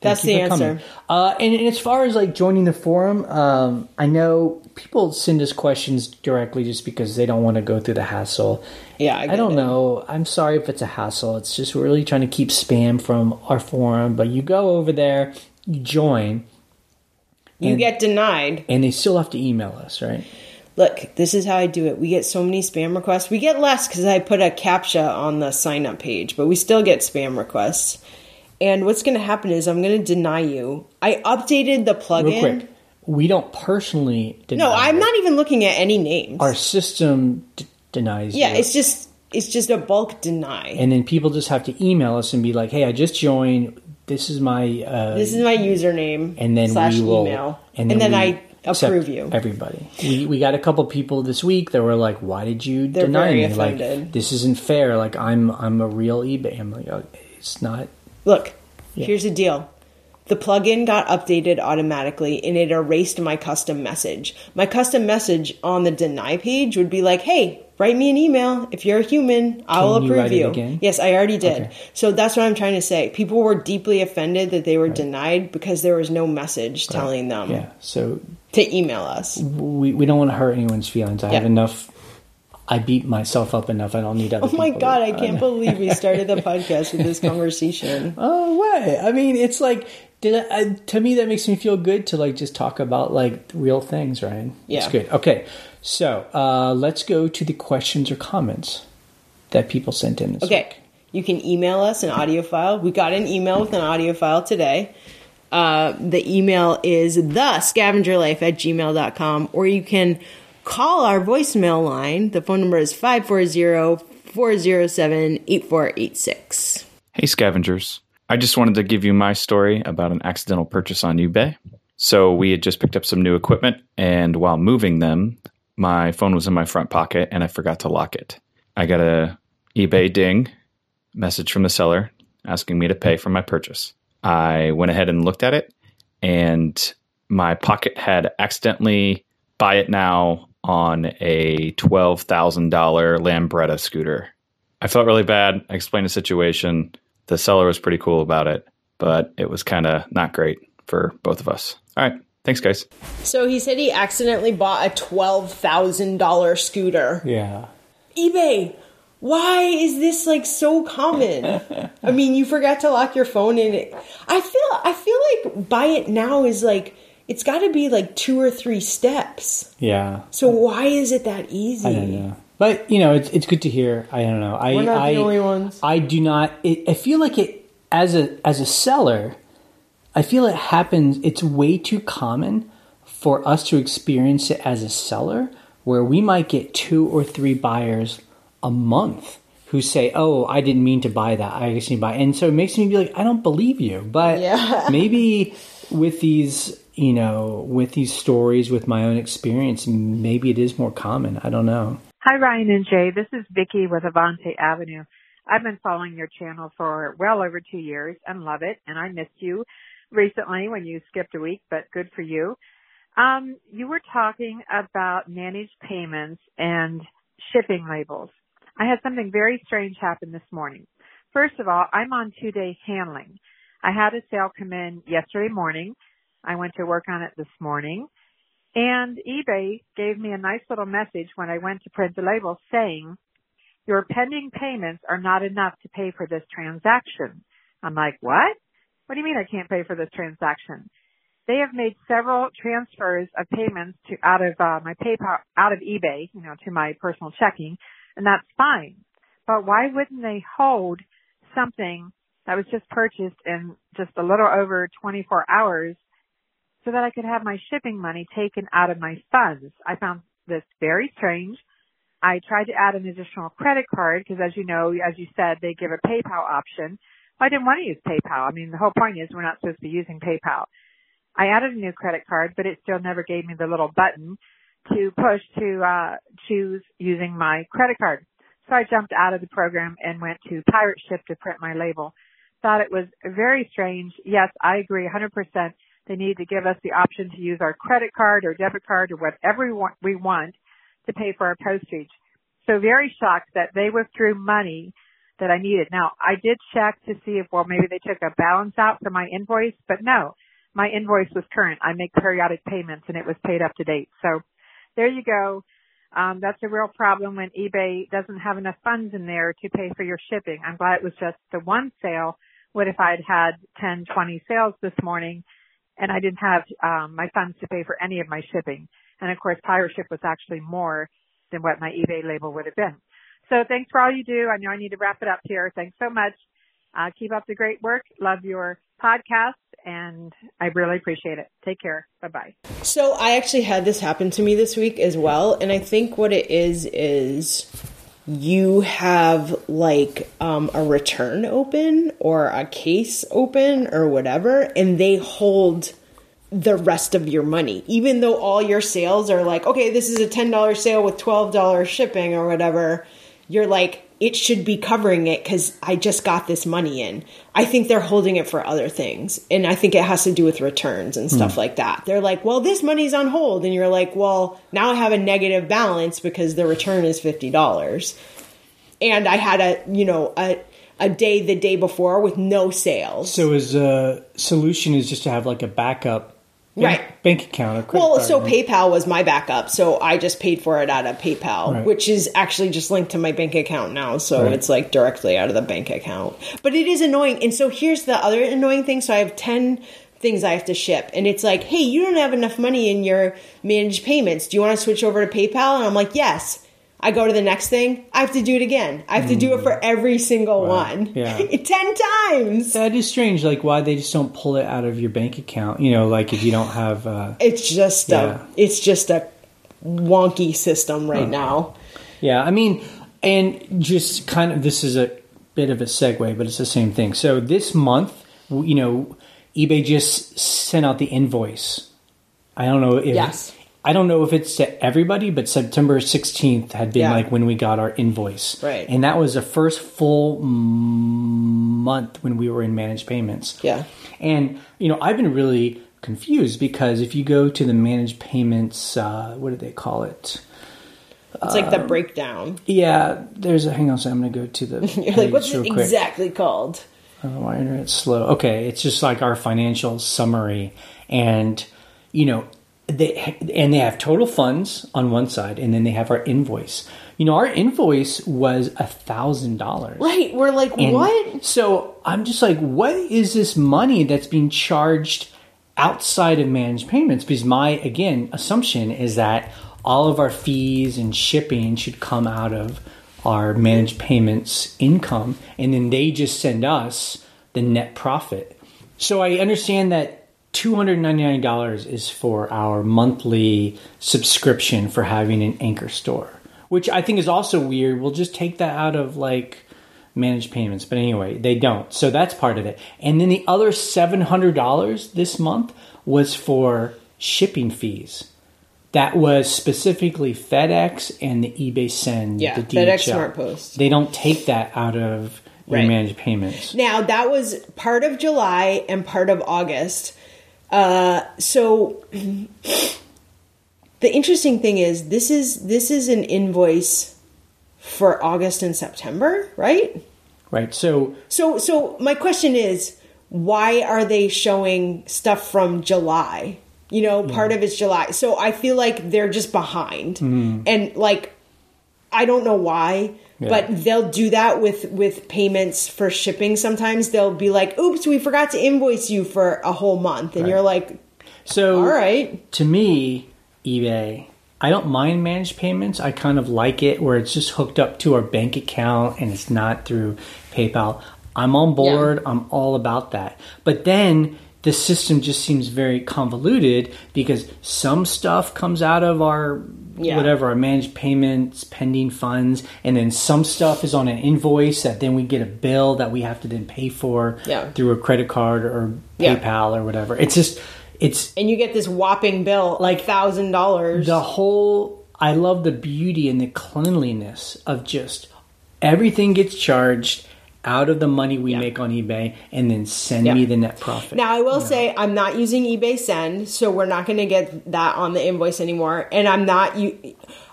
S1: That's
S2: you
S1: the
S2: for coming.
S1: answer.
S2: Uh, and, and as far as like joining the forum, um, I know people send us questions directly just because they don't want to go through the hassle.
S1: Yeah, I
S2: I,
S1: get
S2: don't
S1: it.
S2: know. I'm sorry if it's a hassle. It's just we're really trying to keep spam from our forum. But you go over there, you join,
S1: You get denied.
S2: and they still have to email us, right?
S1: Look, this is how I do it. We get so many spam requests. We get less because I put a CAPTCHA on the sign up page, but we still get spam requests. And what's going to happen is I'm going to deny you. I updated the
S2: Real
S1: plugin.
S2: quick, we don't personally deny.
S1: No, I'm
S2: it.
S1: not even looking at any names.
S2: Our system d- denies.
S1: yeah,
S2: you.
S1: it's just it's just a bulk deny.
S2: and then people just have to email us and be like, "Hey, I just joined. This is my uh,
S1: this is my username
S2: and then
S1: slash
S2: we will
S1: email, and, then,
S2: we
S1: I
S2: accept
S1: approve you.
S2: Everybody, we, we got a couple people this week that were like, "Why did you
S1: They're
S2: deny
S1: very
S2: me? Like
S1: offended.
S2: this isn't fair. Like I'm I'm a real eBay. I'm like oh, it's not.
S1: Look, here's the deal. The plugin got updated automatically and it erased my custom message. My custom message on the deny page would be like, hey, write me an email. If you're a human, I will
S2: Can you
S1: approve
S2: write it
S1: you.
S2: again?
S1: Yes, I already did.
S2: Okay.
S1: So that's what I'm trying to say. People were deeply offended that they were denied because there was no message telling them
S2: Yeah. So
S1: to email us.
S2: we we don't want to hurt anyone's feelings. I have
S1: Yeah.
S2: enough. I beat myself up enough. I don't need other.
S1: Oh my
S2: people to-
S1: God, I can't believe we started the podcast with this conversation.
S2: Oh what? I mean, it's like did I, I, to me that makes me feel good to like just talk about like real things, Ryan.
S1: Yeah.
S2: it's good. Okay, so uh, let's go to the questions or comments that people sent in. This
S1: Okay.
S2: week.
S1: You can email us an audio file. We got an email with an audio file today. Uh, the email is thescavengerlife at gmail.com, or you can call our voicemail line. The phone number is 540 407 8486.
S3: Hey, scavengers. I just wanted to give you my story about an accidental purchase on eBay. So, we had just picked up some new equipment, and while moving them, my phone was in my front pocket and I forgot to lock it. I got a eBay ding message from the seller asking me to pay for my purchase. I went ahead and looked at it, and my pocket had accidentally buy it now on a $12,000 Lambretta scooter. I felt really bad. I explained the situation. The seller was pretty cool about it, but it was kind of not great for both of us. All right. Thanks, guys.
S1: So he said he accidentally bought a $12,000 scooter.
S2: Yeah.
S1: eBay. Why is this like so common? I mean, you forgot to lock your phone in it. I feel I feel like buy it now is like it's got to be like two or three steps.
S2: Yeah.
S1: So why is it that easy?
S2: I don't know. But you know, it's it's good to hear. I don't know. I
S1: We're not
S2: I,
S1: the only ones.
S2: I do not. It, I feel like it as a as a seller. I feel it happens. It's way too common for us to experience it as a seller, where we might get two or three buyers a month who say, "Oh, I didn't mean to buy that. I just need to buy." And so it makes me be like, "I don't believe you," but
S1: Yeah.
S2: maybe with these you know with these stories with my own experience maybe it is more common i don't know
S4: Hi, Ryan and Jay. This is Vicki with Avante Avenue. I've been following your channel for well over two years and love it. And I missed you recently when you skipped a week, but good for you. Um, you were talking about managed payments and shipping labels. I had something very strange happen this morning. First of all, I'm on two day handling. I had a sale come in yesterday morning. I went to work on it this morning. And eBay gave me a nice little message when I went to print the label saying, your pending payments are not enough to pay for this transaction. I'm like, what? What do you mean I can't pay for this transaction? They have made several transfers of payments to out of uh, my PayPal, out of eBay, you know, to my personal checking, and that's fine. But why wouldn't they hold something that was just purchased in just a little over 24 hours so that I could have my shipping money taken out of my funds. I found this very strange. I tried to add an additional credit card because as you know, as you said, they give a PayPal option. I didn't want to use PayPal. I mean, the whole point is we're not supposed to be using PayPal. I added a new credit card, but it still never gave me the little button to push to uh, choose using my credit card. So I jumped out of the program and went to Pirate Ship to print my label. Thought it was very strange. Yes, I agree 100%. They need to give us the option to use our credit card or debit card or whatever we want, we want to pay for our postage. So very shocked that they withdrew money that I needed. Now I did check to see if, well, maybe they took a balance out for my invoice, but no, my invoice was current. I make periodic payments and it was paid up to date. So there you go. Um, that's a real problem when eBay doesn't have enough funds in there to pay for your shipping. I'm glad it was just the one sale. What if I'd had 10, 20 sales this morning and I didn't have um, my funds to pay for any of my shipping? And of course, pirate ship was actually more than what my eBay label would have been. So thanks for all you do. I know I need to wrap it up here. Thanks so much. Uh, keep up the great work. Love your podcast and I really appreciate it. Take care. Bye bye.
S1: So I actually had this happen to me this week as well. And I think what it is, is you have like um, a return open or a case open or whatever, and they hold the rest of your money, even though all your sales are like, okay, this is a $10 sale with $12 shipping or whatever you're like it should be covering it because i just got this money in i think they're holding it for other things and i think it has to do with returns and stuff like that they're like well this money's on hold and you're like well now i have a negative balance because the return is $50 and i had a you know a, a day the day before with no sales
S2: So his uh, solution is just to have like a backup bank,
S1: Right.
S2: bank account or credit
S1: well
S2: card,
S1: so
S2: right?
S1: paypal was my backup so i just paid for it out of paypal
S2: Right.
S1: which is actually just linked to my bank account now so
S2: Right.
S1: it's like directly out of the bank account but it is annoying and so here's the other annoying thing so i have 10 things i have to ship and it's like hey you don't have enough money in your managed payments do you want to switch over to paypal and i'm like yes I go to the next thing. I have to do it again. I have to do it for every single one,
S2: Mm. Yeah.
S1: ten times.
S2: That is strange. Like why they just don't pull it out of your bank account? You know, like if you don't have. Uh,
S1: It's just
S2: Yeah.
S1: a, it's just a wonky system right now.
S2: yeah, I mean, and just kind of this is a bit of a segue, but it's the same thing. So this month, w- you know, eBay just sent out the invoice. I don't know if
S1: Yes.
S2: I don't know if it's to everybody, but September 16th had been
S1: Yeah.
S2: like when we got our invoice.
S1: Right.
S2: And that was the first full m- month when we were in managed payments.
S1: Yeah.
S2: And you know, I've been really confused because if you go to the managed payments, uh, what do they call it?
S1: It's like the breakdown.
S2: Yeah, there's a hang on. So I'm gonna go to the
S1: You're like,
S2: page
S1: what's
S2: real
S1: it
S2: quick.
S1: exactly called?
S2: Oh, my internet's slow. Okay, it's just like our financial summary, and you know, they and they have total funds on one side, and then they have our invoice. You know, our invoice was a thousand dollars.
S1: Right. We're like,
S2: And
S1: what?
S2: So I'm just like, what is this money that's being charged outside of managed payments? Because my again assumption is that all of our fees and shipping should come out of our managed payments income, and then they just send us the net profit. So I understand that $299 is for our monthly subscription for having an anchor store, which I think is also weird. We'll just take that out of like managed payments. But anyway, they don't. So that's part of it. And then the other $700 this month was for shipping fees. That was specifically FedEx and the eBay Send.
S1: Yeah,
S2: the
S1: FedEx
S2: DHL.
S1: Smart Post.
S2: They don't take that out of your
S1: Right.
S2: managed payments.
S1: Now that was part of July and part of August. Uh, so the interesting thing is this is this is an invoice for August and September, right?
S2: Right. So
S1: So so my question is why are they showing stuff from July? You know, part of it's July. So I feel like they're just behind. And like I don't know why, but they'll do that with with payments for shipping sometimes. They'll be like, "Oops, we forgot to invoice you for a whole month." And you're like,
S2: So,
S1: All right.
S2: To me, eBay, I don't mind managed payments. I kind of like it where it's just hooked up to our bank account and it's not through PayPal. I'm on board. I'm all about that. But then the system just seems very convoluted because some stuff comes out of our
S1: Yeah.
S2: whatever our managed payments, pending funds, and then some stuff is on an invoice that then we get a bill that we have to then pay for
S1: Yeah.
S2: through a credit card or
S1: Yeah.
S2: PayPal or whatever. It's just it's
S1: and you get this whopping bill like thousand dollars.
S2: the whole I love the beauty and the cleanliness of just everything gets charged out of the money we make on eBay and then send
S1: Yeah.
S2: me the net profit.
S1: Now I will say I'm not using eBay Send, so we're not going to get that on the invoice anymore. And I'm not you.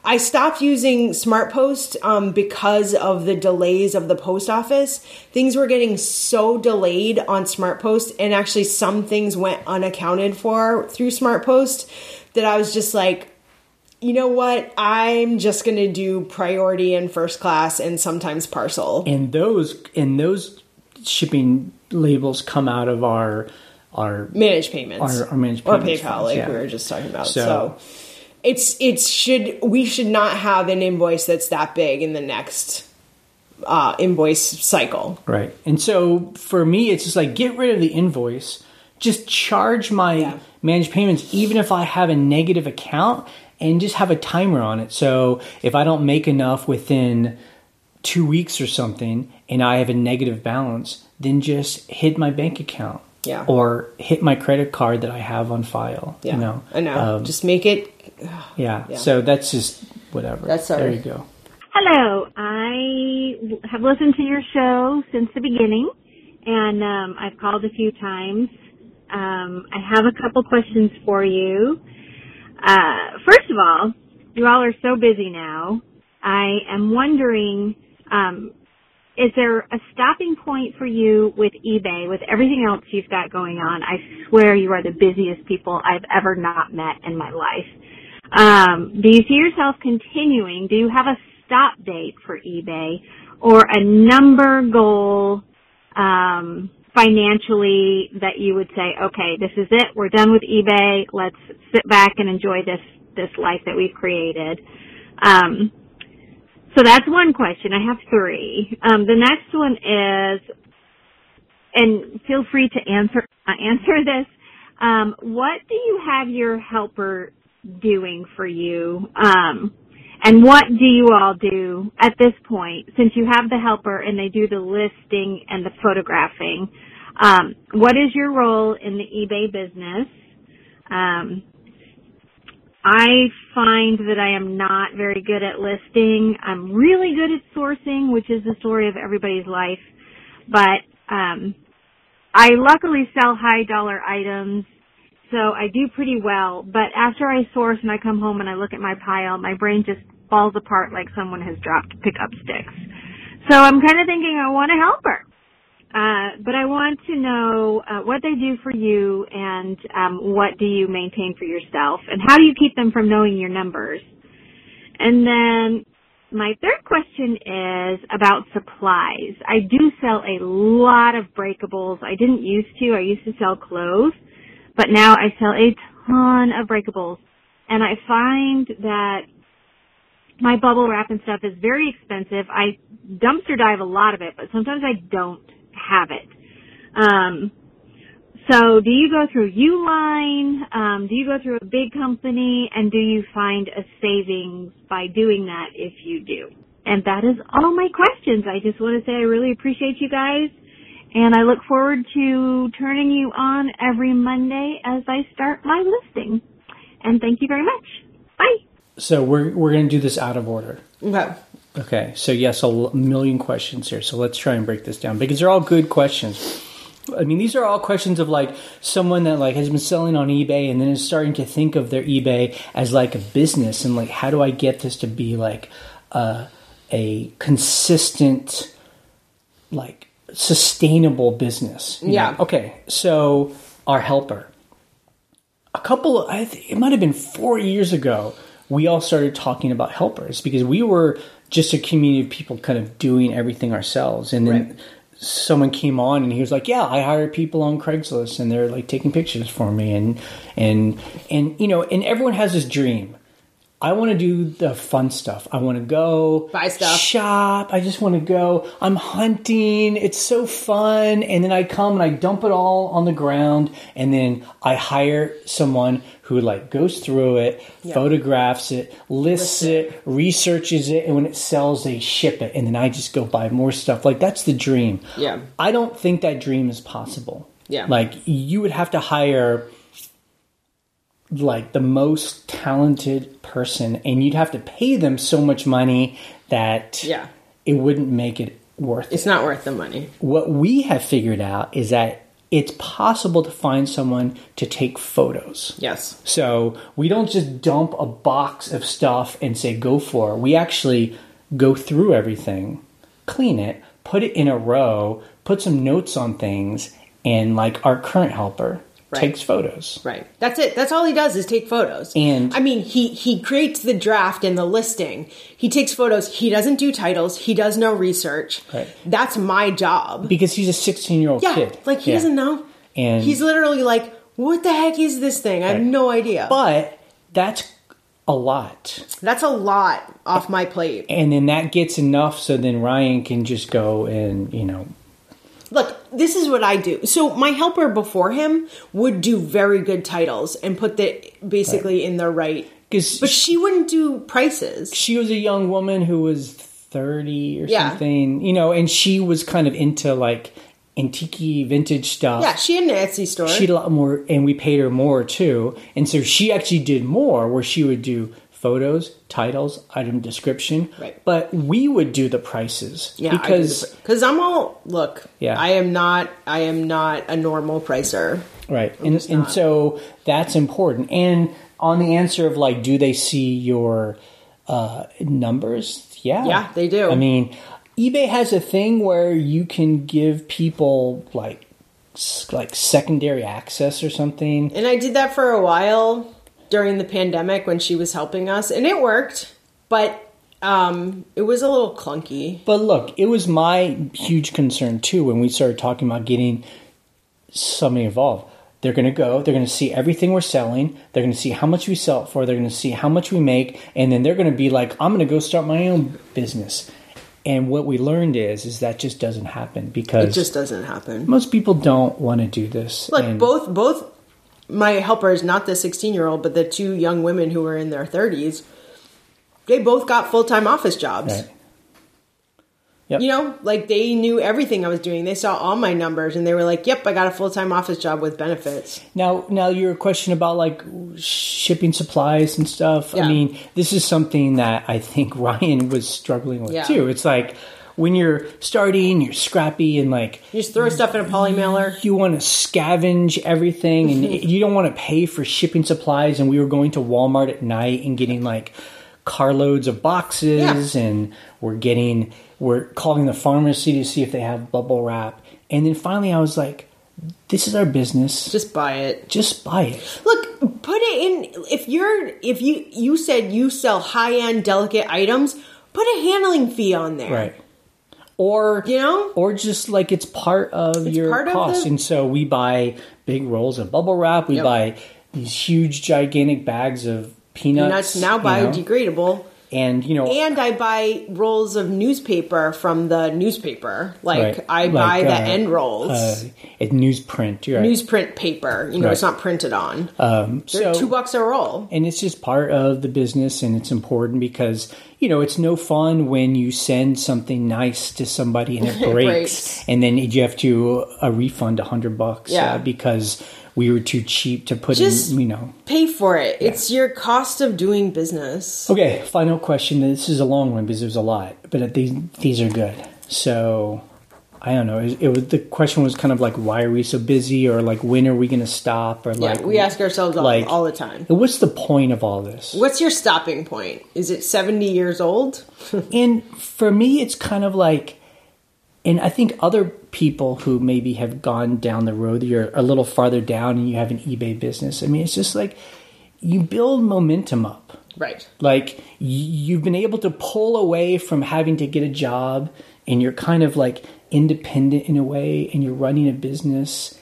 S1: I stopped using SmartPost um, because of the delays of the post office. Things were getting so delayed on SmartPost, and actually some things went unaccounted for through SmartPost that I was just like. You know what? I'm just going to do priority and first class and sometimes parcel.
S2: and those and those shipping labels come out of our our
S1: managed payments
S2: Or- or managed
S1: Or
S2: payments
S1: PayPal,
S2: funds,
S1: like
S2: yeah.
S1: we were just talking about.
S2: So-
S1: So, it's it's should we should not have an invoice that's that big in the next uh, invoice cycle.
S2: Right. And so for me, it's just like get rid of the invoice, just charge my
S1: Yeah.
S2: managed payments, even if I have a negative account, and just have a timer on it. So if I don't make enough within two weeks or something and I have a negative balance, then just hit my bank account.
S1: Yeah.
S2: Or hit my credit card that I have on file.
S1: Yeah,
S2: You know?
S1: I know.
S2: Um,
S1: just make it.
S2: yeah. So that's just whatever.
S1: That's our-
S2: There you go.
S5: Hello, I w- have listened to your show since the beginning, and um, I've called a few times. Um, I have a couple questions for you. Uh, first of all, you all are so busy now. I am wondering, um, is there a stopping point for you with eBay, with everything else you've got going on? I swear you are the busiest people I've ever not met in my life. Um, do you see yourself continuing? Do you have a stop date for eBay or a number goal um, financially that you would say, okay, this is it. We're done with eBay. Let's sit back and enjoy this this life that we've created. Um, so that's one question. I have three. Um, the next one is, and feel free to answer uh, answer this. Um, what do you have your helper doing for you? Um, and what do you all do at this point, since you have the helper and they do the listing and the photographing? Um, what is your role in the eBay business? Um, I find that I am not very good at listing. I'm really good at sourcing, which is the story of everybody's life. But um, I luckily sell high dollar items, so I do pretty well. But after I source and I come home and I look at my pile, my brain just falls apart like someone has dropped pickup sticks. So I'm kind of thinking I want to help her. Uh, but I want to know uh, what they do for you and um, what do you maintain for yourself and how do you keep them from knowing your numbers? And then my third question is about supplies. I do sell a lot of breakables. I didn't used to. I used to sell clothes, but now I sell a ton of breakables. And I find that my bubble wrap and stuff is very expensive. I dumpster dive a lot of it, but sometimes I don't have it. Um, so do you go through Uline? Um, do you go through a big company? And do you find a savings by doing that if you do? And that is all my questions. I just want to say I really appreciate you guys. And I look forward to turning you on every Monday as I start my listing. And thank you very much. Bye.
S2: So we're, we're going to do this out of order.
S1: Okay.
S2: Okay, so yes, a l- million questions here. So let's try and break this down because they're all good questions. I mean, these are all questions of like someone that like has been selling on eBay and then is starting to think of their eBay as like a business and like how do I get this to be like a a consistent like sustainable business? you
S1: Yeah.
S2: know? Okay, so our helper a couple of, I think it might have been four years ago, we all started talking about helpers because we were just a community of people kind of doing everything ourselves. And then someone came on and he was like, Yeah, I hire people on Craigslist and they're like taking pictures for me. And, and, and, you know, and everyone has this dream I want to do the fun stuff. I want to go
S1: Buy stuff.
S2: shop. I just want to go. I'm hunting. It's so fun. And then I come and I dump it all on the ground. And then I hire someone who like goes through it, photographs it, lists it. researches it, and when it sells, they ship it. And then I just go buy more stuff. Like that's the dream.
S1: Yeah.
S2: I don't think that dream is possible.
S1: Yeah.
S2: Like you would have to hire like the most talented person and you'd have to pay them so much money that
S1: Yeah.
S2: it wouldn't make it worth it.
S1: It's not worth the money.
S2: What we have figured out is that it's possible to find someone to take photos.
S1: Yes.
S2: So we don't just dump a box of stuff and say go for it. We actually go through everything, clean it, put it in a row, put some notes on things, and like our current helper
S1: Right.
S2: takes photos.
S1: Right. That's it. That's all he does is take photos.
S2: And-
S1: I mean, he he creates the draft and the listing. He takes photos. He doesn't do titles. He does no research.
S2: Right.
S1: That's my job.
S2: Because he's a 16 year old
S1: yeah.
S2: kid.
S1: Like he
S2: Yeah.
S1: doesn't know.
S2: And
S1: He's literally like, "What the heck is this thing? I have
S2: Right.
S1: no idea."
S2: but that's a lot.
S1: That's a lot off my plate.
S2: And then that gets enough so then Ryan can just go and, you know,
S1: Look, this is what I do. So my helper before him would do very good titles and put the basically in the right.
S2: because
S1: But she wouldn't do prices.
S2: she was a young woman who was 30 or
S1: Yeah.
S2: something, you know, and she was kind of into like antique vintage stuff.
S1: Yeah, she had an Etsy store.
S2: She had a lot more, and we paid her more too. And so she actually did more where she would do photos, titles, item description.
S1: Right.
S2: But we would do the prices. Because,
S1: because I'm all look.
S2: Yeah.
S1: I am not. I am not a normal pricer.
S2: right. And, and so that's important. And on the answer of like, do they see your uh, numbers? Yeah.
S1: Yeah, they do.
S2: I mean, eBay has a thing where you can give people like s- like secondary access or something.
S1: And I did that for a while during the pandemic when she was helping us, and it worked. But um, it was a little clunky.
S2: But look, it was my huge concern too when we started talking about getting somebody involved. They're going to go, they're going to see everything we're selling, they're going to see how much we sell it for, they're going to see how much we make, and then they're going to be like, I'm going to go start my own business. And what we learned is is that just doesn't happen because
S1: It just doesn't happen.
S2: most people don't want to do this.
S1: Look,
S2: and-
S1: both both my helpers, not the 16 year old, but the two young women who were in their 30s, they both got full time office jobs.
S2: Right. Yep.
S1: You know, like they knew everything I was doing. They saw all my numbers and they were like, "Yep, I got a full time office job with benefits."
S2: Now, now your question about like shipping supplies and stuff. I
S1: Yeah.
S2: mean, this is something that I think Ryan was struggling with
S1: Yeah.
S2: too. It's like when you're starting, you're scrappy and like
S1: You just throw stuff in a poly mailer.
S2: you want to scavenge everything and you don't want to pay for shipping supplies. And we were going to Walmart at night and getting like carloads of boxes and we're getting, we're calling the pharmacy to see if they have bubble wrap. And then finally I was like, this is our business.
S1: Just buy it.
S2: Just buy it.
S1: Look, put it in if you're if you you said you sell high-end delicate items, put a handling fee on there.
S2: Right. Or
S1: You know?
S2: or just like it's part of your
S1: part of
S2: cost,
S1: the-
S2: and so we buy big rolls of bubble wrap. We
S1: Yep.
S2: buy these huge, gigantic bags of peanuts.
S1: And that's now
S2: you know?
S1: biodegradable.
S2: and you know,
S1: and I buy rolls of newspaper from the newspaper. Like
S2: right,
S1: I buy
S2: like,
S1: the
S2: uh,
S1: end rolls,
S2: uh, at newsprint. You're right.
S1: newsprint paper. You know, it's
S2: Right.
S1: not printed on.
S2: um, so
S1: Two bucks a roll.
S2: and it's just part of the business and it's important because you know it's no fun when you send something nice to somebody and it breaks,
S1: breaks.
S2: and then you have to uh, refund a hundred bucks
S1: Yeah.
S2: uh, because we were too cheap to put
S1: Just-
S2: in you know
S1: Pay for it. It's your cost of doing business.
S2: okay final question this is a long one because there's a lot but these these are good so i don't know it, it was the question was kind of like why are we so busy or like when are we going to stop or like
S1: yeah, we ask ourselves all,
S2: like-
S1: all the time.
S2: what's the point of all this
S1: What's your stopping point? Is it seventy years old?
S2: And for me, it's kind of like, and I think other people who maybe have gone down the road, you're a little farther down and you have an eBay business. I mean, it's just like you build momentum up.
S1: Right.
S2: Like y- you've been able to pull away from having to get a job and you're kind of like independent in a way and you're running a business.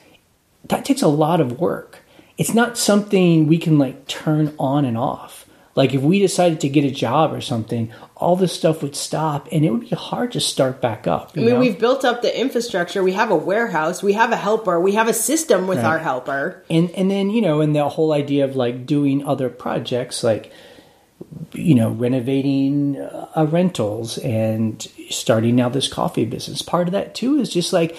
S2: That takes a lot of work. It's not something we can like turn on and off. Like if we decided to get a job or something, all this stuff would stop and it would be hard to start back up. you
S1: I mean,
S2: know?
S1: we've built up the infrastructure. We have a warehouse. We have a helper. We have a system with our helper.
S2: and and then you know and the whole idea of like doing other projects like you know renovating uh, rentals and starting now this coffee business part of that too is just like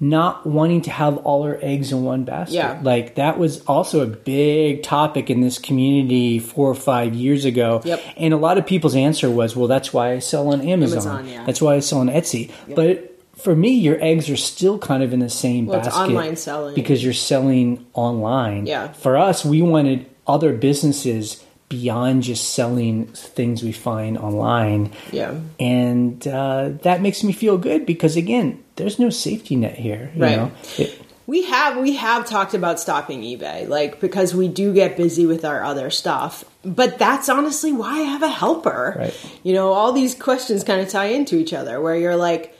S2: not wanting to have all our eggs in one basket
S1: Yeah.
S2: like that was also a big topic in this community four or five years ago
S1: Yep.
S2: and a lot of people's answer was well that's why i sell on amazon,
S1: Amazon, yeah.
S2: that's why i sell on etsy but for me your eggs are still kind of in the same
S1: Well, it's
S2: basket
S1: online selling.
S2: because you're selling online.
S1: Yeah.
S2: For us, we wanted other businesses beyond just selling things we find online.
S1: Yeah.
S2: And uh, that makes me feel good because again, there's no safety net here. You
S1: Right.
S2: Know? It-
S1: We have we have talked about stopping eBay, like because we do get busy with our other stuff. But that's honestly why I have a helper.
S2: Right.
S1: You know, all these questions kind of tie into each other where you're like,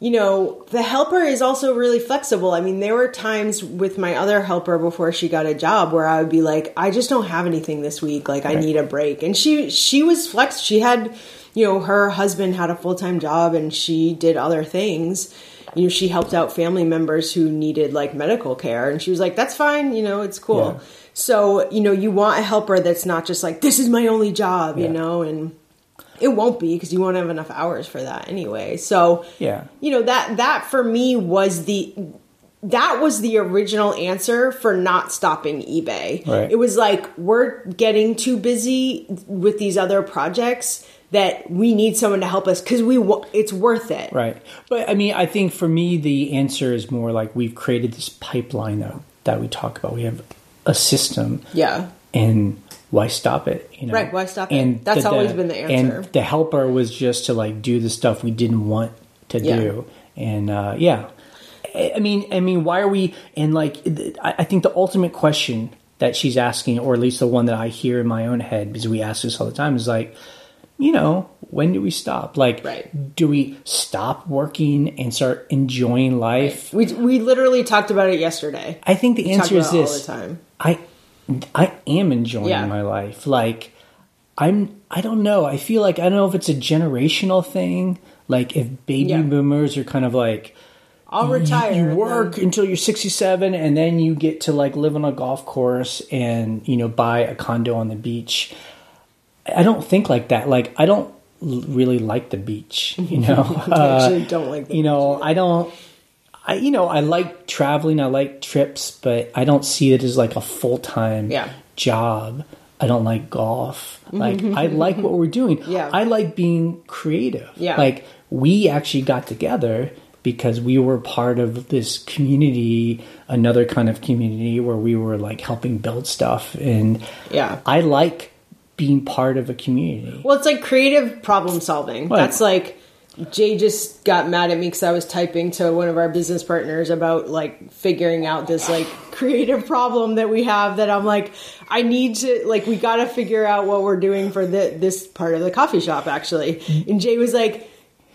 S1: you know, the helper is also really flexible. I mean, there were times with my other helper before she got a job where I would be like, I just don't have anything this week, like I need a break. And she she was flex she had, you know, her husband had a full-time job and she did other things. You know, she helped out family members who needed like medical care and she was like, that's fine, you know, it's cool.
S2: Yeah.
S1: So, you know, you want a helper that's not just like this is my only job, you
S2: Yeah.
S1: know, and it won't be because you won't have enough hours for that anyway so
S2: Yeah.
S1: you know that that for me was the that was the original answer for not stopping ebay
S2: Right.
S1: it was like we're getting too busy with these other projects that we need someone to help us because we wa- it's worth it
S2: Right. But I mean, I think for me, the answer is more like we've created this pipeline though that we talk about. We have a system.
S1: yeah
S2: and why stop it? You know?
S1: Right, why stop it? That's always been the answer.
S2: And the helper was just to like do the stuff we didn't want to
S1: Yeah.
S2: do, and uh, yeah, I I mean, I mean, why are we? And like, th- I I think the ultimate question that she's asking, or at least the one that I hear in my own head, because we ask this all the time, is like, you know, when do we stop? Like,
S1: Right.
S2: do we stop working and start enjoying life?
S1: we, we literally talked about it yesterday
S2: I think the
S1: We talk
S2: answer is
S1: about it all
S2: this:
S1: the time.
S2: I I am enjoying
S1: Yeah.
S2: my life. Like I'm. I don't know. I feel like I don't know if it's a generational thing. Like if baby
S1: Yeah.
S2: boomers are kind of like
S1: i'll retire
S2: you
S1: and
S2: work until you're 67 and then you get to like live on a golf course and you know buy a condo on the beach i don't think like that like i don't l- really like the beach you know Uh,
S1: actually don't like the
S2: you know i don't i you know i like traveling i like trips but i don't see it as like a full-time
S1: Yeah.
S2: job i don't like golf like i like what we're doing
S1: Mm-hmm. Yeah.
S2: i like being creative
S1: Yeah.
S2: like we actually got together because we were part of this community, another kind of community where we were like helping build stuff. And
S1: Yeah.
S2: I like being part of a community.
S1: Well, it's like creative problem solving.
S2: Right.
S1: That's like Jay just got mad at me because I was typing to one of our business partners about like figuring out this like creative problem that we have. That I'm like, I need to like we got to figure out what we're doing for the, this part of the coffee shop actually. And Jay was like,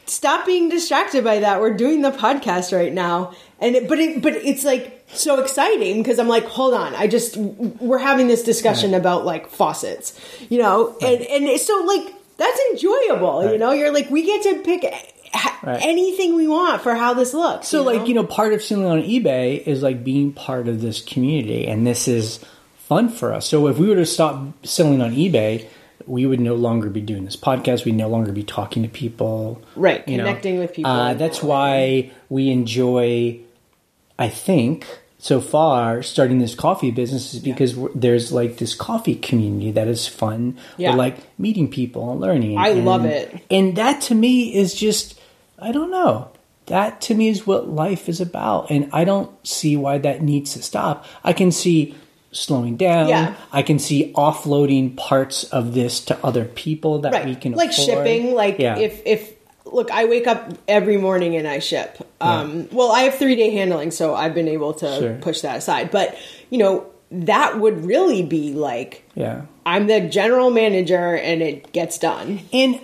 S1: stop being distracted by that. We're doing the podcast right now, and it, but it, but it's like so exciting because I'm like, hold on, I just we're having this discussion about like faucets, you know, and and it's so like that's enjoyable, you
S2: Right.
S1: know. You're like, we get to pick ha-
S2: Right.
S1: anything we want for how this looks.
S2: So,
S1: you
S2: like,
S1: know?
S2: you know, part of selling on eBay is like being part of this community. And this is fun for us. So, if we were to stop selling on eBay, we would no longer be doing this podcast. We'd no longer be talking to people.
S1: right,
S2: you know.
S1: connecting with people.
S2: Uh, that's why we enjoy, I think, so far starting this coffee business is because we're, there's like this coffee community that is fun.
S1: Yeah.
S2: We're like meeting people and learning.
S1: I
S2: and-
S1: love it.
S2: And that to me is just, I don't know. That to me is what life is about. And I don't see why that needs to stop. I can see slowing down.
S1: Yeah.
S2: I can see offloading parts of this to other people that
S1: right.
S2: we can
S1: like
S2: afford.
S1: shipping like
S2: Yeah.
S1: if if look i wake up every morning and i ship um well i have three day handling so i've been able to
S2: Sure.
S1: push that aside but you know that would really be like
S2: Yeah.
S1: i'm the general manager and it gets done
S2: and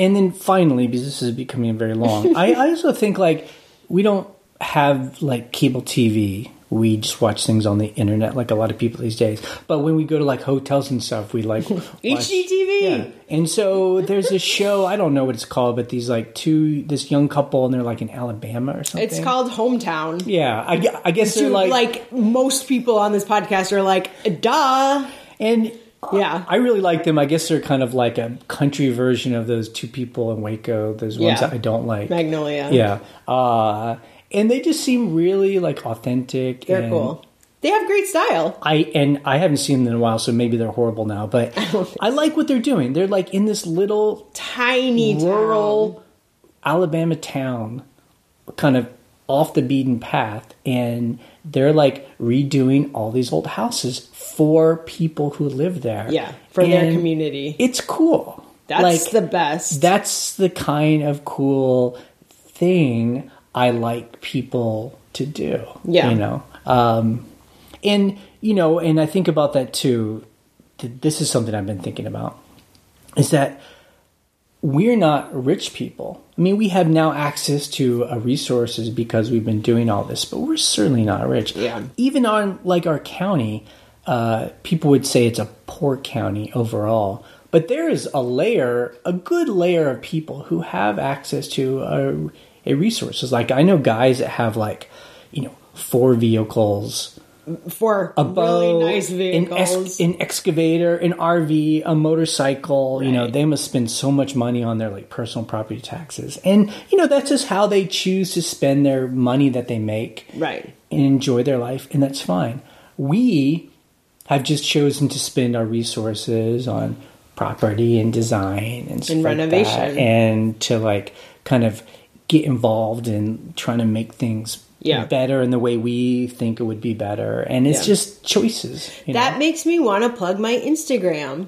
S2: and then finally because this is becoming very long I, I also think like we don't have like cable tv we just watch things on the internet like a lot of people these days. But when we go to like hotels and stuff, we like watch-
S6: HGTV.
S2: yeah. And so there's this show, I don't know what it's called, but these like two, this young couple, and they're like in Alabama or something.
S1: It's called Hometown.
S2: Yeah, I, gu- I guess they're
S1: Dude,
S2: like,
S1: like, most people on this podcast are like, duh.
S2: and
S1: Yeah.
S2: I really like them. I guess they're kind of like a country version of those two people in Waco, those ones
S1: Yeah.
S2: that I don't like.
S1: Magnolia.
S2: Yeah. Uh, and they just seem really like authentic.
S1: They're
S2: and
S1: cool. They have great style.
S2: I and I haven't seen them in a while, so maybe they're horrible now. But I like what they're doing. They're like in this little
S1: Tiny
S2: rural
S1: town.
S2: Alabama town, kind of off the beaten path, and they're like redoing all these old houses for people who live there.
S1: Yeah, for their
S2: And
S1: community.
S2: It's cool.
S1: That's
S2: like,
S1: the best.
S2: that's the kind of cool thing I like people to do.
S1: Yeah.
S2: You know, um, and, you know, and I think about that too. Th- This is something I've been thinking about is that we're not rich people. I mean, we have now access to uh, resources because we've been doing all this, but we're certainly not rich.
S1: Yeah.
S2: Even on like our county, uh, people would say it's a poor county overall, but there is a layer, a good layer of people who have access to uh, a, a resources. Like I know guys that have like, you know, four vehicles,
S1: for
S2: a boat,
S1: really nice
S2: an,
S1: vehicles.
S2: ex- an excavator, an RV, a motorcycle. You know, they must spend so much money on their like personal property taxes, and you know that's just how they choose to spend their money that they make,
S1: Right.
S2: And enjoy their life, and that's fine. We have just chosen to spend our resources on property and design and, stuff
S1: And
S2: like that,
S1: renovation.
S2: and to like kind of get involved in trying to make things
S1: Yeah.
S2: better in the way we think it would be better and it's
S1: Yeah.
S2: just choices you
S1: That
S2: know?
S1: makes me want to plug my Instagram.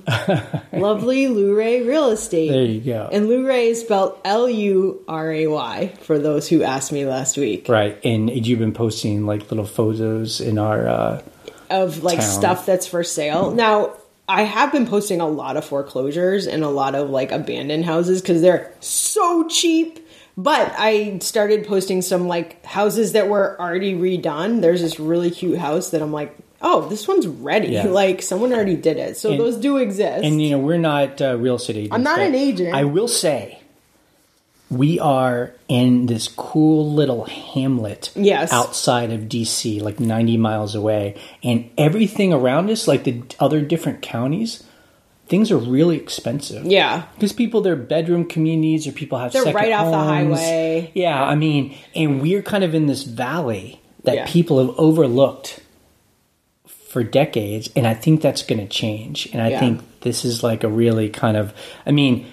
S1: Lovely Lou Ray Real Estate.
S2: there you go
S1: And Lou Ray is spelled L U R A Y for those who asked me last week
S2: right and you've been posting like little photos in our uh
S1: of like
S2: Town. Mm-hmm.
S1: stuff that's for sale. Now, I have been posting a lot of foreclosures and a lot of like abandoned houses because they're so cheap. But I started posting some like houses that were already redone. There's this really cute house that I'm like, oh, this one's ready.
S2: Yeah.
S1: Like someone already did it. So those do exist.
S2: and you know we're not uh, real estate agents
S1: I'm not
S2: but
S1: an agent.
S2: i will say we are in this cool little hamlet
S1: Yes.
S2: outside of dc like 90 miles away and everything around us like the other different counties things are really expensive
S1: yeah.
S2: Because people, their bedroom communities, or people have
S1: They're
S2: second
S1: right off the
S2: homes.
S1: highway.
S2: Yeah, I mean, and we're kind of in this valley that
S1: Yeah.
S2: people have overlooked for decades, and I think that's going to change. And I
S1: Yeah.
S2: think this is like a really kind of, I mean,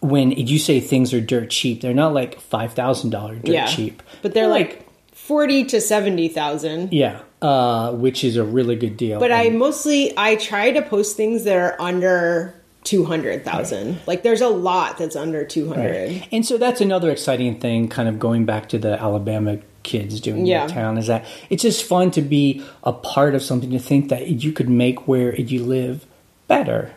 S2: when you say things are dirt cheap, they're not like five thousand dollar dirt
S1: Yeah.
S2: cheap,
S1: But they're like 40 to 70,000.
S2: yeah, uh, which is a really good deal.
S1: But I
S2: And-
S1: mostly I try to post things that are under two hundred thousand. Like there's a lot that's under two hundred.
S2: And so that's another exciting thing, kind of going back to the Alabama kids doing
S1: Yeah.
S2: their town, is that it's just fun to be a part of something to think that you could make where you live better.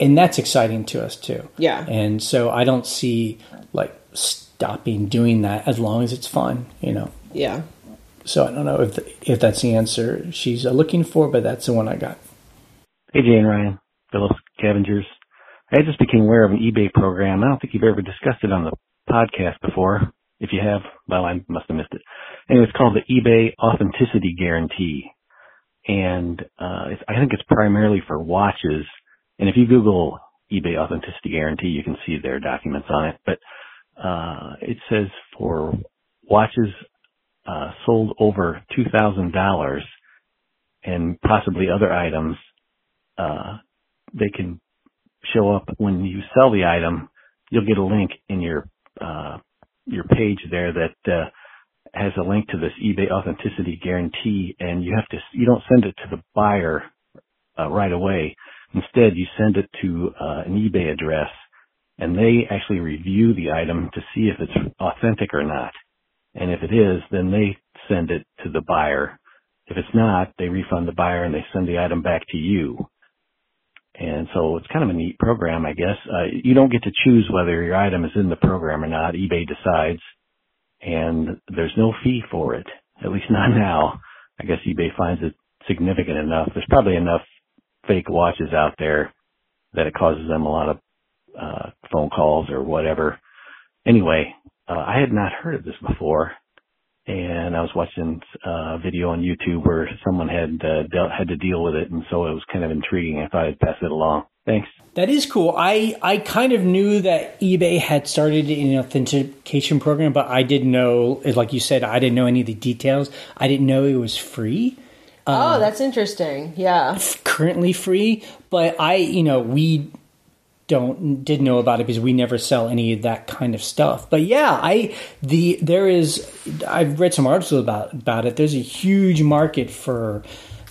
S2: And that's exciting to us too.
S1: Yeah.
S2: And so I don't see like stopping doing that as long as it's fun, you know.
S1: Yeah.
S2: So I don't know if if that's the answer she's uh, looking for, but that's the one I got.
S7: Hey, Jane Ryan, Phyllis Cavengers. I just became aware of an eBay program. I don't think you've ever discussed it on the podcast before. If you have, well, I must have missed it. Anyway, it's called the eBay Authenticity Guarantee. And uh, it's, I think it's primarily for watches. And if you Google eBay Authenticity Guarantee, you can see their documents on it. But uh, it says for watches uh, sold over $2,000 and possibly other items, uh, they can show up when you sell the item. You'll get a link in your uh, your page there that uh, has a link to this eBay authenticity guarantee, and you have to you don't send it to the buyer uh, right away. Instead, you send it to uh, an eBay address, and they actually review the item to see if it's authentic or not. And if it is, then they send it to the buyer. If it's not, they refund the buyer and they send the item back to you. And so it's kind of a neat program, I guess. Uh, you don't get to choose whether your item is in the program or not. eBay decides. And there's no fee for it, at least not now. I guess eBay finds it significant enough. There's probably enough fake watches out there that it causes them a lot of uh, phone calls or whatever. Anyway, uh, I had not heard of this before, and I was watching uh, a video on YouTube where someone had uh, dealt, had to deal with it, and so it was kind of intriguing. I thought I'd pass it along. Thanks.
S2: That is cool. I, I kind of knew that eBay had started an authentication program, but I didn't know, like you said, I didn't know any of the details. I didn't know it was free, Um,
S1: oh, that's interesting. Yeah.
S2: currently free, but I, you know, we don't did know about it because we never sell any of that kind of stuff. But yeah, I the there is I've read some articles about about it. There's a huge market for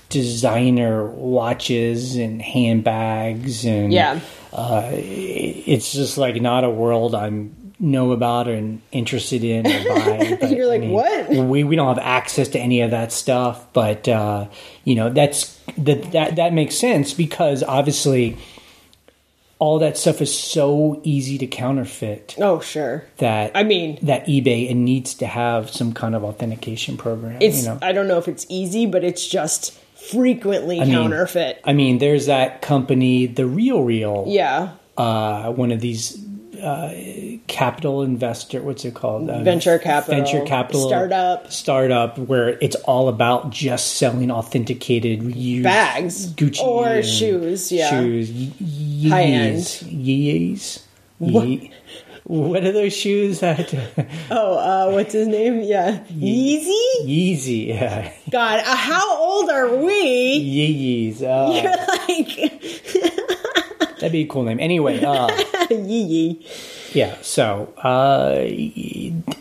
S2: designer watches and handbags and
S1: Yeah.
S2: uh, it's just like not a world I'm know about and interested in or buy. but,
S1: You're like, "What?"
S2: We we don't have access to any of that stuff, but uh, you know that's that that that makes sense because obviously all that stuff is so easy to counterfeit
S1: Oh, sure.
S2: that
S1: I mean-
S2: that eBay it needs to have some kind of authentication program.
S1: It's
S2: you know.
S1: I don't know if it's easy, but it's just frequently
S2: mean-
S1: counterfeit.
S2: I mean, there's that company, The Real Real.
S1: yeah.
S2: uh, one of these uh, capital investor. What's it called? Uh,
S1: Venture capital.
S2: Venture capital.
S1: Startup.
S2: Startup, where it's all about just selling authenticated used
S1: Bags.
S2: Gucci
S1: Or
S2: and
S1: shoes, yeah.
S2: Shoes. Yeezys.
S1: High end.
S2: Yeezys. What? What are those shoes that
S1: Oh, uh, what's his name? Yeah. Yeezy?
S2: Yeezy? Yeah,
S1: God, uh, how old are we?
S2: Yeezys. Uh,
S1: like,
S2: that'd be a cool name. Anyway, uh,
S1: yee
S2: yeah. So, uh,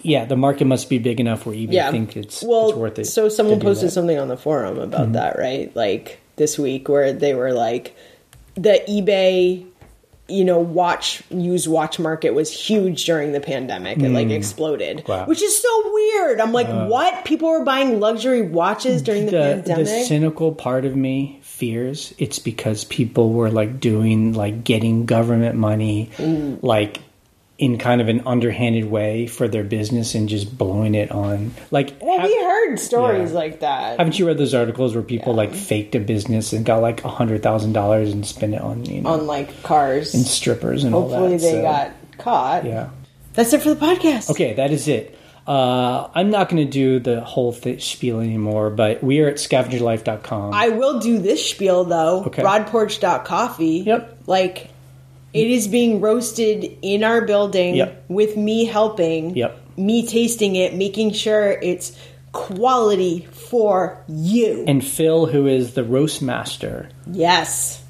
S2: yeah, the market must be big enough where eBay
S1: Yeah.
S2: think it's,
S1: Well,
S2: it's worth it.
S1: so someone
S2: to do
S1: posted
S2: that. Mm-hmm.
S1: something on the forum about that, right? Like this week, where they were like, the eBay, you know, watch used watch market was huge during the pandemic. It like exploded,
S2: Mm. Wow. Uh.
S1: which is so weird. I'm like, what? People were buying luxury watches during the,
S2: the, the
S1: pandemic.
S2: cynical part of me fears it's because people were like doing like getting government money like in kind of an underhanded way for their business and just blowing it on like
S1: well, we
S2: ha-
S1: heard stories
S2: Yeah.
S1: like that.
S2: haven't you read those articles where people like faked a business and got like a hundred thousand dollars and spent it on you know
S1: on like cars.
S2: strippers and all
S1: Hopefully,
S2: that
S1: they
S2: so,
S1: got caught.
S2: yeah
S1: That's it for the podcast.
S2: Okay, that is it. Uh, I'm not going to do the whole th- spiel anymore, but we are at scavengerlife.com.
S1: I will do this spiel though.
S2: Okay.
S1: Broadporch.coffee.
S2: Yep.
S1: Like it is being roasted in our building
S2: Yep.
S1: with me helping.
S2: Yep.
S1: Me tasting it, making sure it's quality for you.
S2: and Phil, who is the roast master,
S1: yes.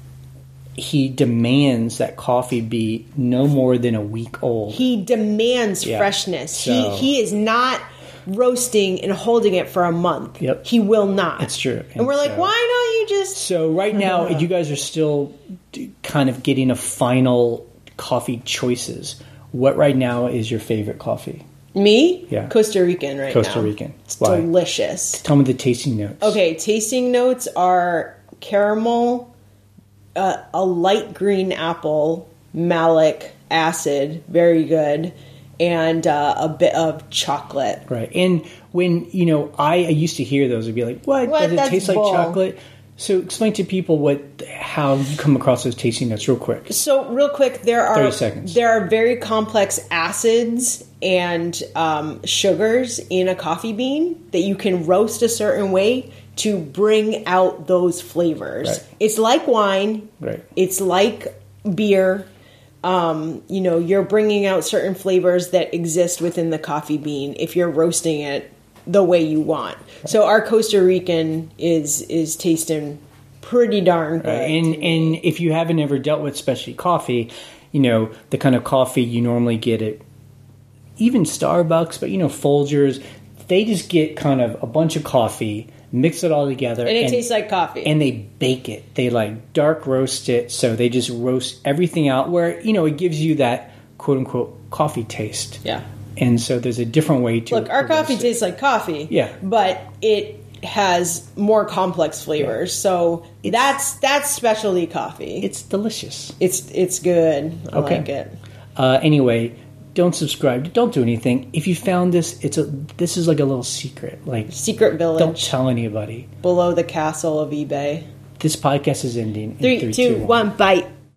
S2: he demands that coffee be no more than a week old.
S1: He demands
S2: Yeah.
S1: freshness.
S2: So-
S1: He he is not roasting and holding it for a month.
S2: Yep.
S1: He will not.
S2: That's true.
S1: And,
S2: And
S1: we're like,
S2: so-
S1: why don't you just
S2: so right now, you guys are still d- kind of getting a final coffee choices. What right now is your favorite coffee?
S1: me?
S2: Yeah.
S1: Costa Rican right now.
S2: Costa Rican.
S1: It's
S2: Why?
S1: delicious.
S2: Tell me the tasting notes.
S1: Okay, tasting notes are caramel, uh, a light green apple, malic acid, very good, and uh, a bit of chocolate.
S2: Right. And when, you know, I, I used to hear those and be like, what?
S1: What?
S2: Does it
S1: That's
S2: taste
S1: bull."
S2: like chocolate? So explain to people what, how you come across those tasting notes real quick.
S1: So, real quick, there are
S2: 30 seconds.
S1: there are very complex acids and um, sugars in a coffee bean that you can roast a certain way to bring out those flavors.
S2: Right.
S1: It's like wine.
S2: Right.
S1: It's like beer. Um, you know, you're bringing out certain flavors that exist within the coffee bean if you're roasting it the way you want. So our Costa Rican is is tasting pretty
S2: Uh,
S1: darn good.
S2: and and if you haven't ever dealt with specialty coffee, you know the kind of coffee you normally get at even Starbucks, but you know Folgers, they just get kind of a bunch of coffee, mix it all together,
S1: And it tastes like coffee.
S2: And they bake it. They like dark roast it, so they just roast everything out. Where you know it gives you that quote unquote coffee taste.
S1: Yeah.
S2: And so there's a different way to
S1: Look, our
S2: to
S1: coffee
S2: roast it.
S1: tastes like coffee.
S2: Yeah.
S1: But it has more complex flavors. So that's that's specialty coffee.
S2: It's delicious.
S1: It's it's good. I
S2: Okay.
S1: like it.
S2: Uh, anyway, Don't subscribe. Don't do anything. If you found this, it's a this is like a little secret. Like
S1: Secret village
S2: don't tell anybody.
S1: below the castle of eBay.
S2: This podcast is ending. in
S1: Three, two, one, bite.